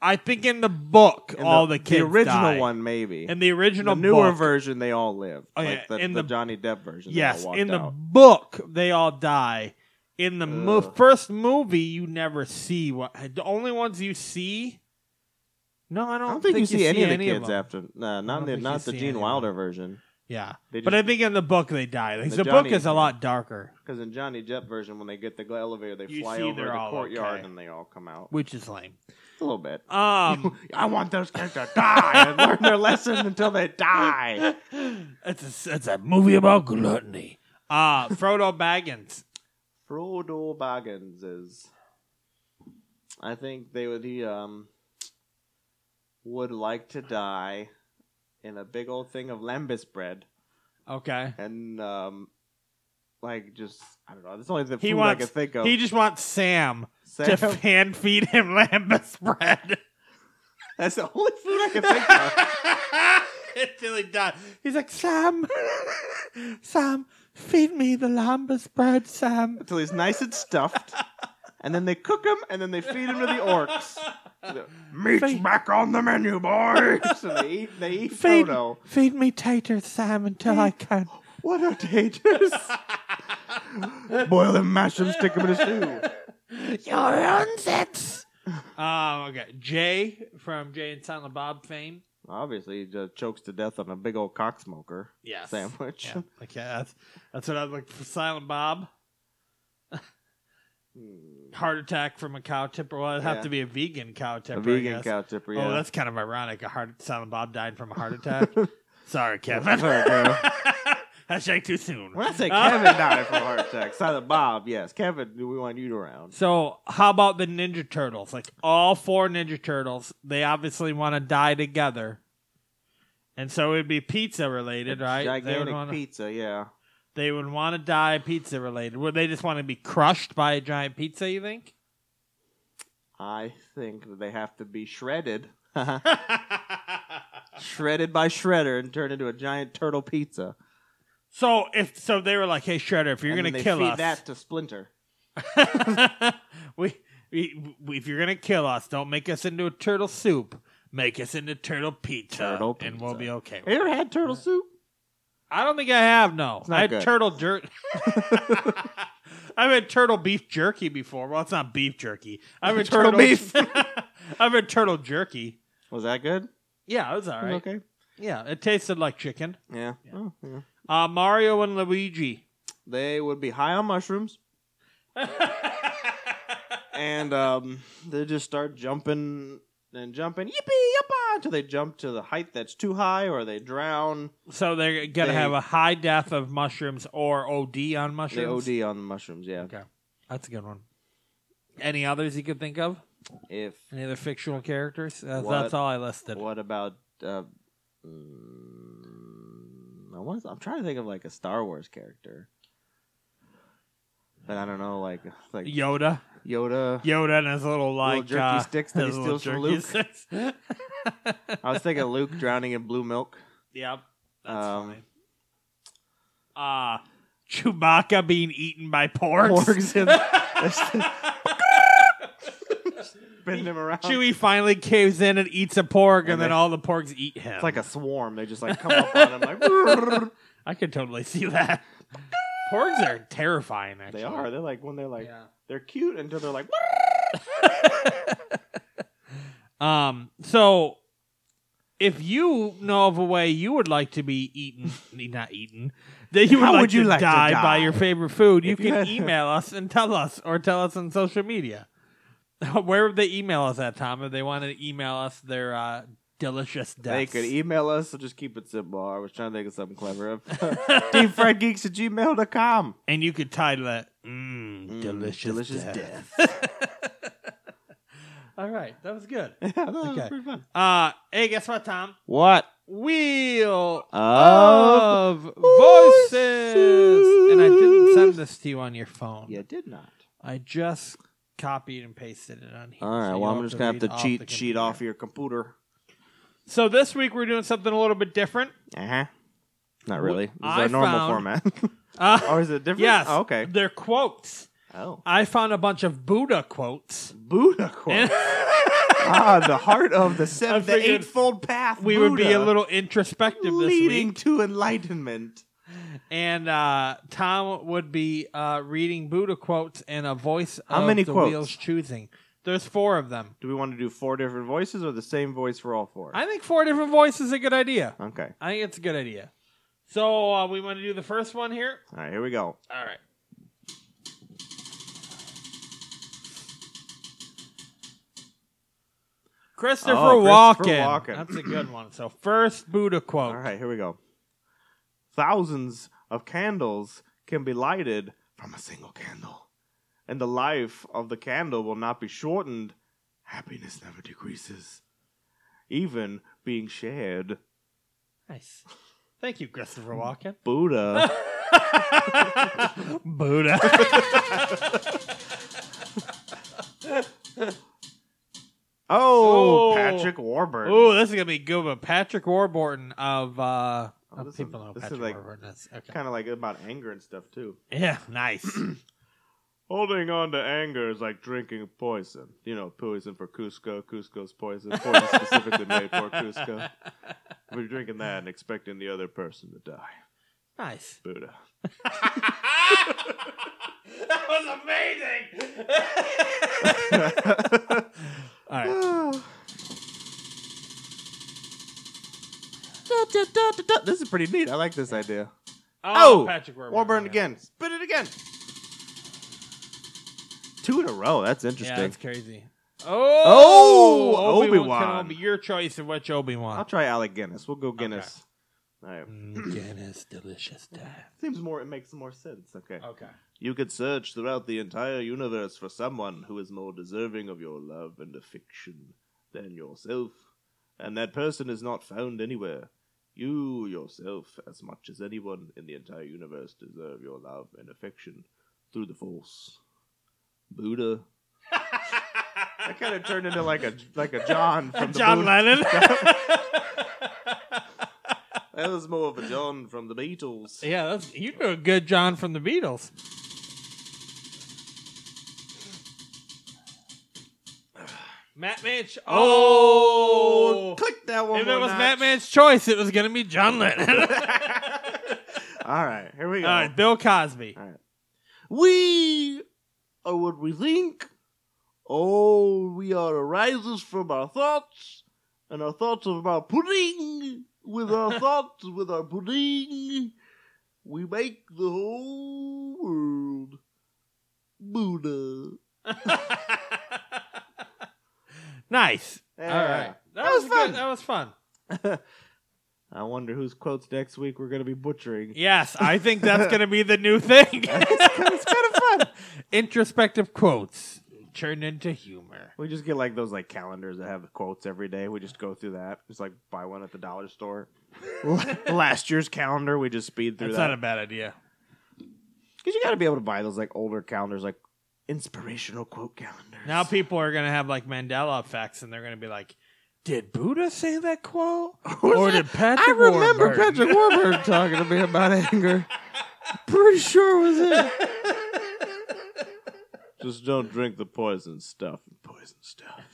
Speaker 3: I think in the book,
Speaker 1: In
Speaker 3: all the, kids
Speaker 1: the original
Speaker 3: die.
Speaker 1: one, maybe.
Speaker 3: in the original
Speaker 1: the newer
Speaker 3: book,
Speaker 1: version, they all live.
Speaker 3: Oh,
Speaker 1: like
Speaker 3: yeah,
Speaker 1: the,
Speaker 3: in
Speaker 1: the
Speaker 3: the-
Speaker 1: Johnny Depp version. they
Speaker 3: Yes,
Speaker 1: all
Speaker 3: in the
Speaker 1: walked out.
Speaker 3: book they all die. In the mo-
Speaker 1: Ugh.
Speaker 3: first movie, you never see what the only ones you see. No, I don't,
Speaker 1: I don't think, you see any of the kids
Speaker 3: them.
Speaker 1: after. Nah,
Speaker 3: don't
Speaker 1: not the
Speaker 3: think you
Speaker 1: not the
Speaker 3: see
Speaker 1: Gene
Speaker 3: any of
Speaker 1: Wilder version.
Speaker 3: Yeah,
Speaker 1: They
Speaker 3: but I
Speaker 1: just-
Speaker 3: think in the book they die. Like,
Speaker 1: The
Speaker 3: the,
Speaker 1: Johnny-
Speaker 3: book is a lot darker,
Speaker 1: Because in Johnny Depp version, when they get the elevator, they
Speaker 3: You
Speaker 1: fly
Speaker 3: see
Speaker 1: over
Speaker 3: they're
Speaker 1: the
Speaker 3: all
Speaker 1: courtyard
Speaker 3: okay.
Speaker 1: and they all come out.
Speaker 3: which is lame.
Speaker 1: A little bit.
Speaker 3: Um,
Speaker 1: I want those kids to die and learn their lesson until they die.
Speaker 3: it's a it's a movie about gluttony. Uh Frodo Baggins.
Speaker 1: Frodo Baggins is. I think they would he um would like to die in a big old thing of lambis bread
Speaker 3: Okay,
Speaker 1: and um like just I don't know. That's the only the
Speaker 3: He
Speaker 1: food I
Speaker 3: wants-
Speaker 1: can think of.
Speaker 3: he just wants Sam,
Speaker 1: Sam-
Speaker 3: to hand feed him lambus bread.
Speaker 1: that's the only food I can think of.
Speaker 3: Until he died. He's like Sam, Sam, feed me the lambus bread, Sam.
Speaker 1: until he's nice and stuffed, and then they cook him, and then they feed him to the orcs.
Speaker 5: Meat's back on the menu, boys.
Speaker 1: So they eat, they eat
Speaker 3: Feed,
Speaker 1: Frodo.
Speaker 3: feed me taters, Sam, until I can.
Speaker 1: What are taters?
Speaker 5: Boil them, mash them, stick them in a stew.
Speaker 3: Your nonsense. Um, okay, Jay from Jay and Silent Bob fame.
Speaker 1: Obviously, he just chokes to death on a big old cock smoker
Speaker 3: Yes.
Speaker 1: sandwich.
Speaker 3: Yeah, like yeah, that's, that's what I was like for Silent Bob.
Speaker 1: Hmm.
Speaker 3: Heart attack from a cow tipper. Well, it'd have
Speaker 1: Yeah.
Speaker 3: to be a vegan cow tipper.
Speaker 1: A
Speaker 3: I
Speaker 1: vegan
Speaker 3: guess.
Speaker 1: cow tipper.
Speaker 3: Oh,
Speaker 1: Yeah.
Speaker 3: that's kind of ironic. A heart Silent Bob died from a heart attack. Sorry, Kevin.
Speaker 1: Sorry, Kevin.
Speaker 3: Hashtag too soon. Uh,
Speaker 1: when I say Kevin died from a heart attack, Silent Bob, yes. Kevin, we want you around.
Speaker 3: So, how about the Ninja Turtles? Like all four Ninja Turtles, they obviously want to die together, and so it'd be pizza related, right? they would
Speaker 1: Gigantic
Speaker 3: wanna,
Speaker 1: pizza, yeah.
Speaker 3: They would want to die pizza related. Would they just want to be crushed by a giant pizza? You think?
Speaker 1: I think that they have to be shredded. shredded by Shredder and turned into a giant turtle pizza.
Speaker 3: So if so, they were like, "Hey Shredder, if you're
Speaker 1: And then
Speaker 3: gonna
Speaker 1: they
Speaker 3: kill
Speaker 1: feed
Speaker 3: us,
Speaker 1: that to Splinter.
Speaker 3: we, we, we if you're gonna kill us, don't make us into a turtle soup. Make us into turtle pizza,
Speaker 1: Turtle
Speaker 3: and we'll
Speaker 1: pizza.
Speaker 3: be okay."
Speaker 1: Have you ever had turtle soup?
Speaker 3: I don't think I have. No,
Speaker 1: not
Speaker 3: I had
Speaker 1: good.
Speaker 3: turtle jerk. I've had turtle beef jerky before. Well, it's not beef jerky. I've had
Speaker 1: Turtle
Speaker 3: turtle,
Speaker 1: beef.
Speaker 3: I've had turtle jerky.
Speaker 1: Was that good?
Speaker 3: Yeah, it was all right.
Speaker 1: Okay.
Speaker 3: Yeah, it tasted like chicken.
Speaker 1: Yeah. Oh, yeah.
Speaker 3: Uh, Mario and Luigi.
Speaker 1: They would be high on mushrooms. and um, they just start jumping and jumping, yippee, yippa, until they jump to the height that's too high or they drown.
Speaker 3: So they're gonna
Speaker 1: They-
Speaker 3: have a high death of mushrooms or OD on
Speaker 1: They
Speaker 3: mushrooms.
Speaker 1: OD on the mushrooms, yeah.
Speaker 3: Okay, that's a good one. Any others you could think of?
Speaker 1: If
Speaker 3: Any other fictional characters? That's,
Speaker 1: What-
Speaker 3: that's all I listed.
Speaker 1: What about. Uh, mm, I want I'm trying to think of like a Star Wars character. But I don't know, like like
Speaker 3: Yoda.
Speaker 1: Yoda.
Speaker 3: Yoda and his little like
Speaker 1: jerky
Speaker 3: uh,
Speaker 1: sticks that he
Speaker 3: his little
Speaker 1: steals from
Speaker 3: jerky
Speaker 1: Luke.
Speaker 3: sticks.
Speaker 1: I was thinking Luke drowning in blue milk.
Speaker 3: yep, that's
Speaker 1: Um,
Speaker 3: funny. Uh Chewbacca being eaten by porks.
Speaker 1: Porgs in spinning him around.
Speaker 3: Chewie finally caves in and eats a pork, and,
Speaker 1: And
Speaker 3: then
Speaker 1: they-
Speaker 3: all the porks eat him.
Speaker 1: It's like a swarm. They just like come up on him like
Speaker 3: I could totally see that. porks are terrifying. Actually,
Speaker 1: they are. They're like when they're like
Speaker 3: Yeah.
Speaker 1: they're cute until they're like
Speaker 3: Um, so if you know of a way you would like to be eaten, not eaten, that you would,
Speaker 1: How
Speaker 3: like,
Speaker 1: would you
Speaker 3: to,
Speaker 1: like to
Speaker 3: die by
Speaker 1: die?
Speaker 3: your favorite food, you
Speaker 1: If you
Speaker 3: can
Speaker 1: had-
Speaker 3: email us and tell us, or tell us on social media. Where would they email us at, Tom? If they want to email us their uh, delicious
Speaker 1: they
Speaker 3: deaths,
Speaker 1: could e- email us. So just keep it simple. I was trying to think of something clever. Deepfriedgeeks at gmail.com.
Speaker 3: and you could title it mm, "Delicious,
Speaker 1: delicious
Speaker 3: death. All right, that was good.
Speaker 1: Yeah, that was
Speaker 3: Okay.
Speaker 1: pretty fun.
Speaker 3: Uh, hey, guess what, Tom?
Speaker 1: What? Oh!
Speaker 3: Wheel
Speaker 1: Of
Speaker 3: of voices. And I didn't send this to you on your phone.
Speaker 1: You did not.
Speaker 3: I just copied and pasted it on here.
Speaker 1: All right.
Speaker 3: so
Speaker 1: well,
Speaker 3: you'll
Speaker 1: I'm just gonna have
Speaker 3: read
Speaker 1: to
Speaker 3: off
Speaker 1: cheat
Speaker 3: the
Speaker 1: sheet
Speaker 3: computer.
Speaker 1: off your computer.
Speaker 3: So this week we're doing something a little bit different.
Speaker 1: Uh huh. Not really. This is
Speaker 3: I
Speaker 1: our normal
Speaker 3: found-
Speaker 1: format.
Speaker 3: Uh,
Speaker 1: or is it different?
Speaker 3: yes.
Speaker 1: Oh, okay.
Speaker 3: They're quotes.
Speaker 1: Oh.
Speaker 3: I found a bunch of Buddha quotes.
Speaker 1: Buddha quote. ah, the heart of the seven, the
Speaker 3: figured
Speaker 1: eightfold path.
Speaker 3: we would be a
Speaker 1: Buddha.
Speaker 3: little introspective this
Speaker 1: leading
Speaker 3: week,
Speaker 1: to enlightenment.
Speaker 3: and uh, Tom would be uh, reading Buddha quotes in a voice
Speaker 1: How
Speaker 3: of
Speaker 1: many
Speaker 3: the
Speaker 1: quotes?
Speaker 3: wheel's choosing. There's four of them.
Speaker 1: Do we want to do four different voices or the same voice for all four?
Speaker 3: I think four different voices is a good idea.
Speaker 1: okay.
Speaker 3: I think it's a good idea. So uh, we want to do the first one here.
Speaker 1: All right, here we go.
Speaker 3: All right. Christopher,
Speaker 1: Oh, Christopher
Speaker 3: Walken.
Speaker 1: Walken.
Speaker 3: That's a good one. So first Buddha quote.
Speaker 1: All right, here we go. Thousands of candles can be lighted from a single candle, and the life of the candle will not be shortened. Happiness never decreases, even being shared.
Speaker 3: Nice. Thank you, Christopher Walken.
Speaker 1: Buddha.
Speaker 3: Buddha.
Speaker 1: Oh,
Speaker 3: Oh.
Speaker 1: Patrick Warburton.
Speaker 3: Ooh, this is gonna be good one. Patrick Warburton of uh
Speaker 1: Oh, this is-
Speaker 3: people know
Speaker 1: this is
Speaker 3: Patrick
Speaker 1: like-
Speaker 3: Warburton is. Okay.
Speaker 1: Kind of like about anger and stuff too.
Speaker 3: yeah, nice.
Speaker 1: Holding on to anger is like drinking poison. You know, poison for Cusco. Cusco's poison. Poison specifically made for Cusco. We're drinking that and expecting the other person to die.
Speaker 3: nice.
Speaker 1: Buddha.
Speaker 3: That was amazing. All right.
Speaker 1: This is pretty neat. I like this idea.
Speaker 3: Oh,
Speaker 1: Oh,
Speaker 3: Patrick Warburton,
Speaker 1: Warburton
Speaker 3: yeah.
Speaker 1: again. Spit it again. Two in a row. That's
Speaker 3: Yeah,
Speaker 1: interesting.
Speaker 3: that's crazy. Oh,
Speaker 1: Oh, Obi-Wan.
Speaker 3: Kenobi, your choice of which Obi
Speaker 1: I'll
Speaker 3: Wan.
Speaker 1: try Alec Guinness. We'll go Guinness. All right.
Speaker 3: Guinness, Mm, delicious death.
Speaker 1: Seems more. It makes more sense. Okay.
Speaker 3: Okay.
Speaker 1: You could search throughout the entire universe for someone who is more deserving of your love and affection than yourself, and that person is not found anywhere. You yourself, as much as anyone in the entire universe, deserve your love and affection through the Force. Buddha. that kind of turned into like a like a John from the
Speaker 3: John
Speaker 1: Moon-
Speaker 3: Lennon.
Speaker 1: That was more of a John from the Beatles.
Speaker 3: yeah, that's, you do a good John from the Beatles. Matt Manch. Oh,
Speaker 1: click that one.
Speaker 3: if it
Speaker 1: more
Speaker 3: was
Speaker 1: notch.
Speaker 3: Matt Manch's choice, it was gonna be John Lennon.
Speaker 1: All right, here we go.
Speaker 3: All right, Bill Cosby.
Speaker 1: We are what we think. Oh, we are arises from our thoughts, and our thoughts are about pudding. With our thoughts, with our pudding, we make the whole world Buddha.
Speaker 3: nice. All right, that, was,
Speaker 1: was
Speaker 3: fun.
Speaker 1: fun.
Speaker 3: That was fun.
Speaker 1: I wonder whose quotes next week we're going to be butchering.
Speaker 3: Yes, I think that's gonna be the new thing. it's kind of fun. Introspective quotes turned into humor.
Speaker 1: We just get like those like calendars that have quotes every day. We just go through that. Just like buy one at the dollar store. Last year's calendar, we just speed through
Speaker 3: That's
Speaker 1: that.
Speaker 3: not a bad idea.
Speaker 1: Because you got to be able to buy those like older calendars, like inspirational quote calendars.
Speaker 3: Now people are gonna have like Mandela effects, and they're gonna be like, "Did Buddha say that quote?" or did Patrick?
Speaker 6: I remember
Speaker 3: Warburton?"
Speaker 6: Patrick Warburton talking to me about anger. Pretty sure it was it.
Speaker 1: just don't drink the poison stuff. Poison stuff.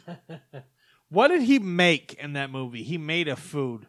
Speaker 3: What did he make in that movie? He made a food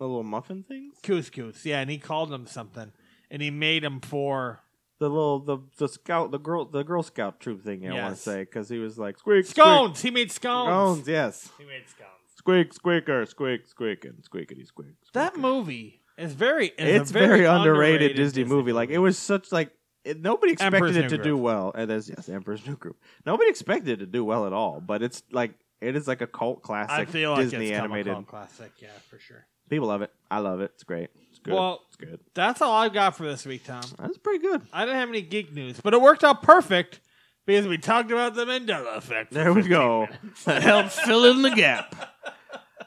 Speaker 1: The little muffin things.
Speaker 3: couscous, yeah, and he called them something, and he made them for
Speaker 1: The little the the scout the girl the Girl Scout troop thing. I want
Speaker 3: Yes.
Speaker 1: to say because he was like squeak squeak,
Speaker 3: scones. He made scones.
Speaker 1: scones. Yes,
Speaker 3: He made scones.
Speaker 1: squeak squeaker squeak squeaking squeakity squeak.
Speaker 3: That movie is very. Is a
Speaker 1: it's very, underrated, Disney, movie. Like it was such like it, nobody expected
Speaker 3: Emperor's
Speaker 1: it
Speaker 3: New
Speaker 1: to
Speaker 3: Groove.
Speaker 1: do well. And there's yes, Emperor's New Group. Nobody expected it to do well at all, but it's like it is like a cult classic.
Speaker 3: I feel like
Speaker 1: Disney
Speaker 3: it's
Speaker 1: animated.
Speaker 3: animated classic. Yeah, for sure.
Speaker 1: People love it. I love it. It's great. It's good.
Speaker 3: Well-
Speaker 1: it's good.
Speaker 3: That's all I've got for this week, Tom.
Speaker 1: That's pretty good.
Speaker 3: I didn't have any geek news, but it worked out perfect because we talked about the Mandela effect.
Speaker 1: There we go.
Speaker 4: That helped fill in the gap.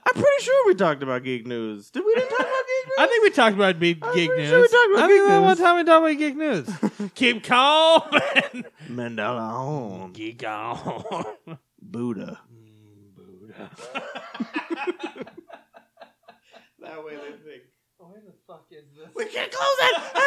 Speaker 1: I'm pretty sure we talked about geek news. Did we didn't talk about geek news?
Speaker 3: I think we talked about big
Speaker 1: I'm
Speaker 3: geek
Speaker 1: pretty
Speaker 3: news.
Speaker 1: sure we talked about
Speaker 3: I think
Speaker 1: geek
Speaker 3: that
Speaker 1: news.
Speaker 3: one time we talked about geek news. Keep calm and
Speaker 1: Mandela oh. on
Speaker 3: geek on.
Speaker 1: Buddha. Buddha. that way they think.
Speaker 3: Where the fuck is this?
Speaker 1: We can't close it.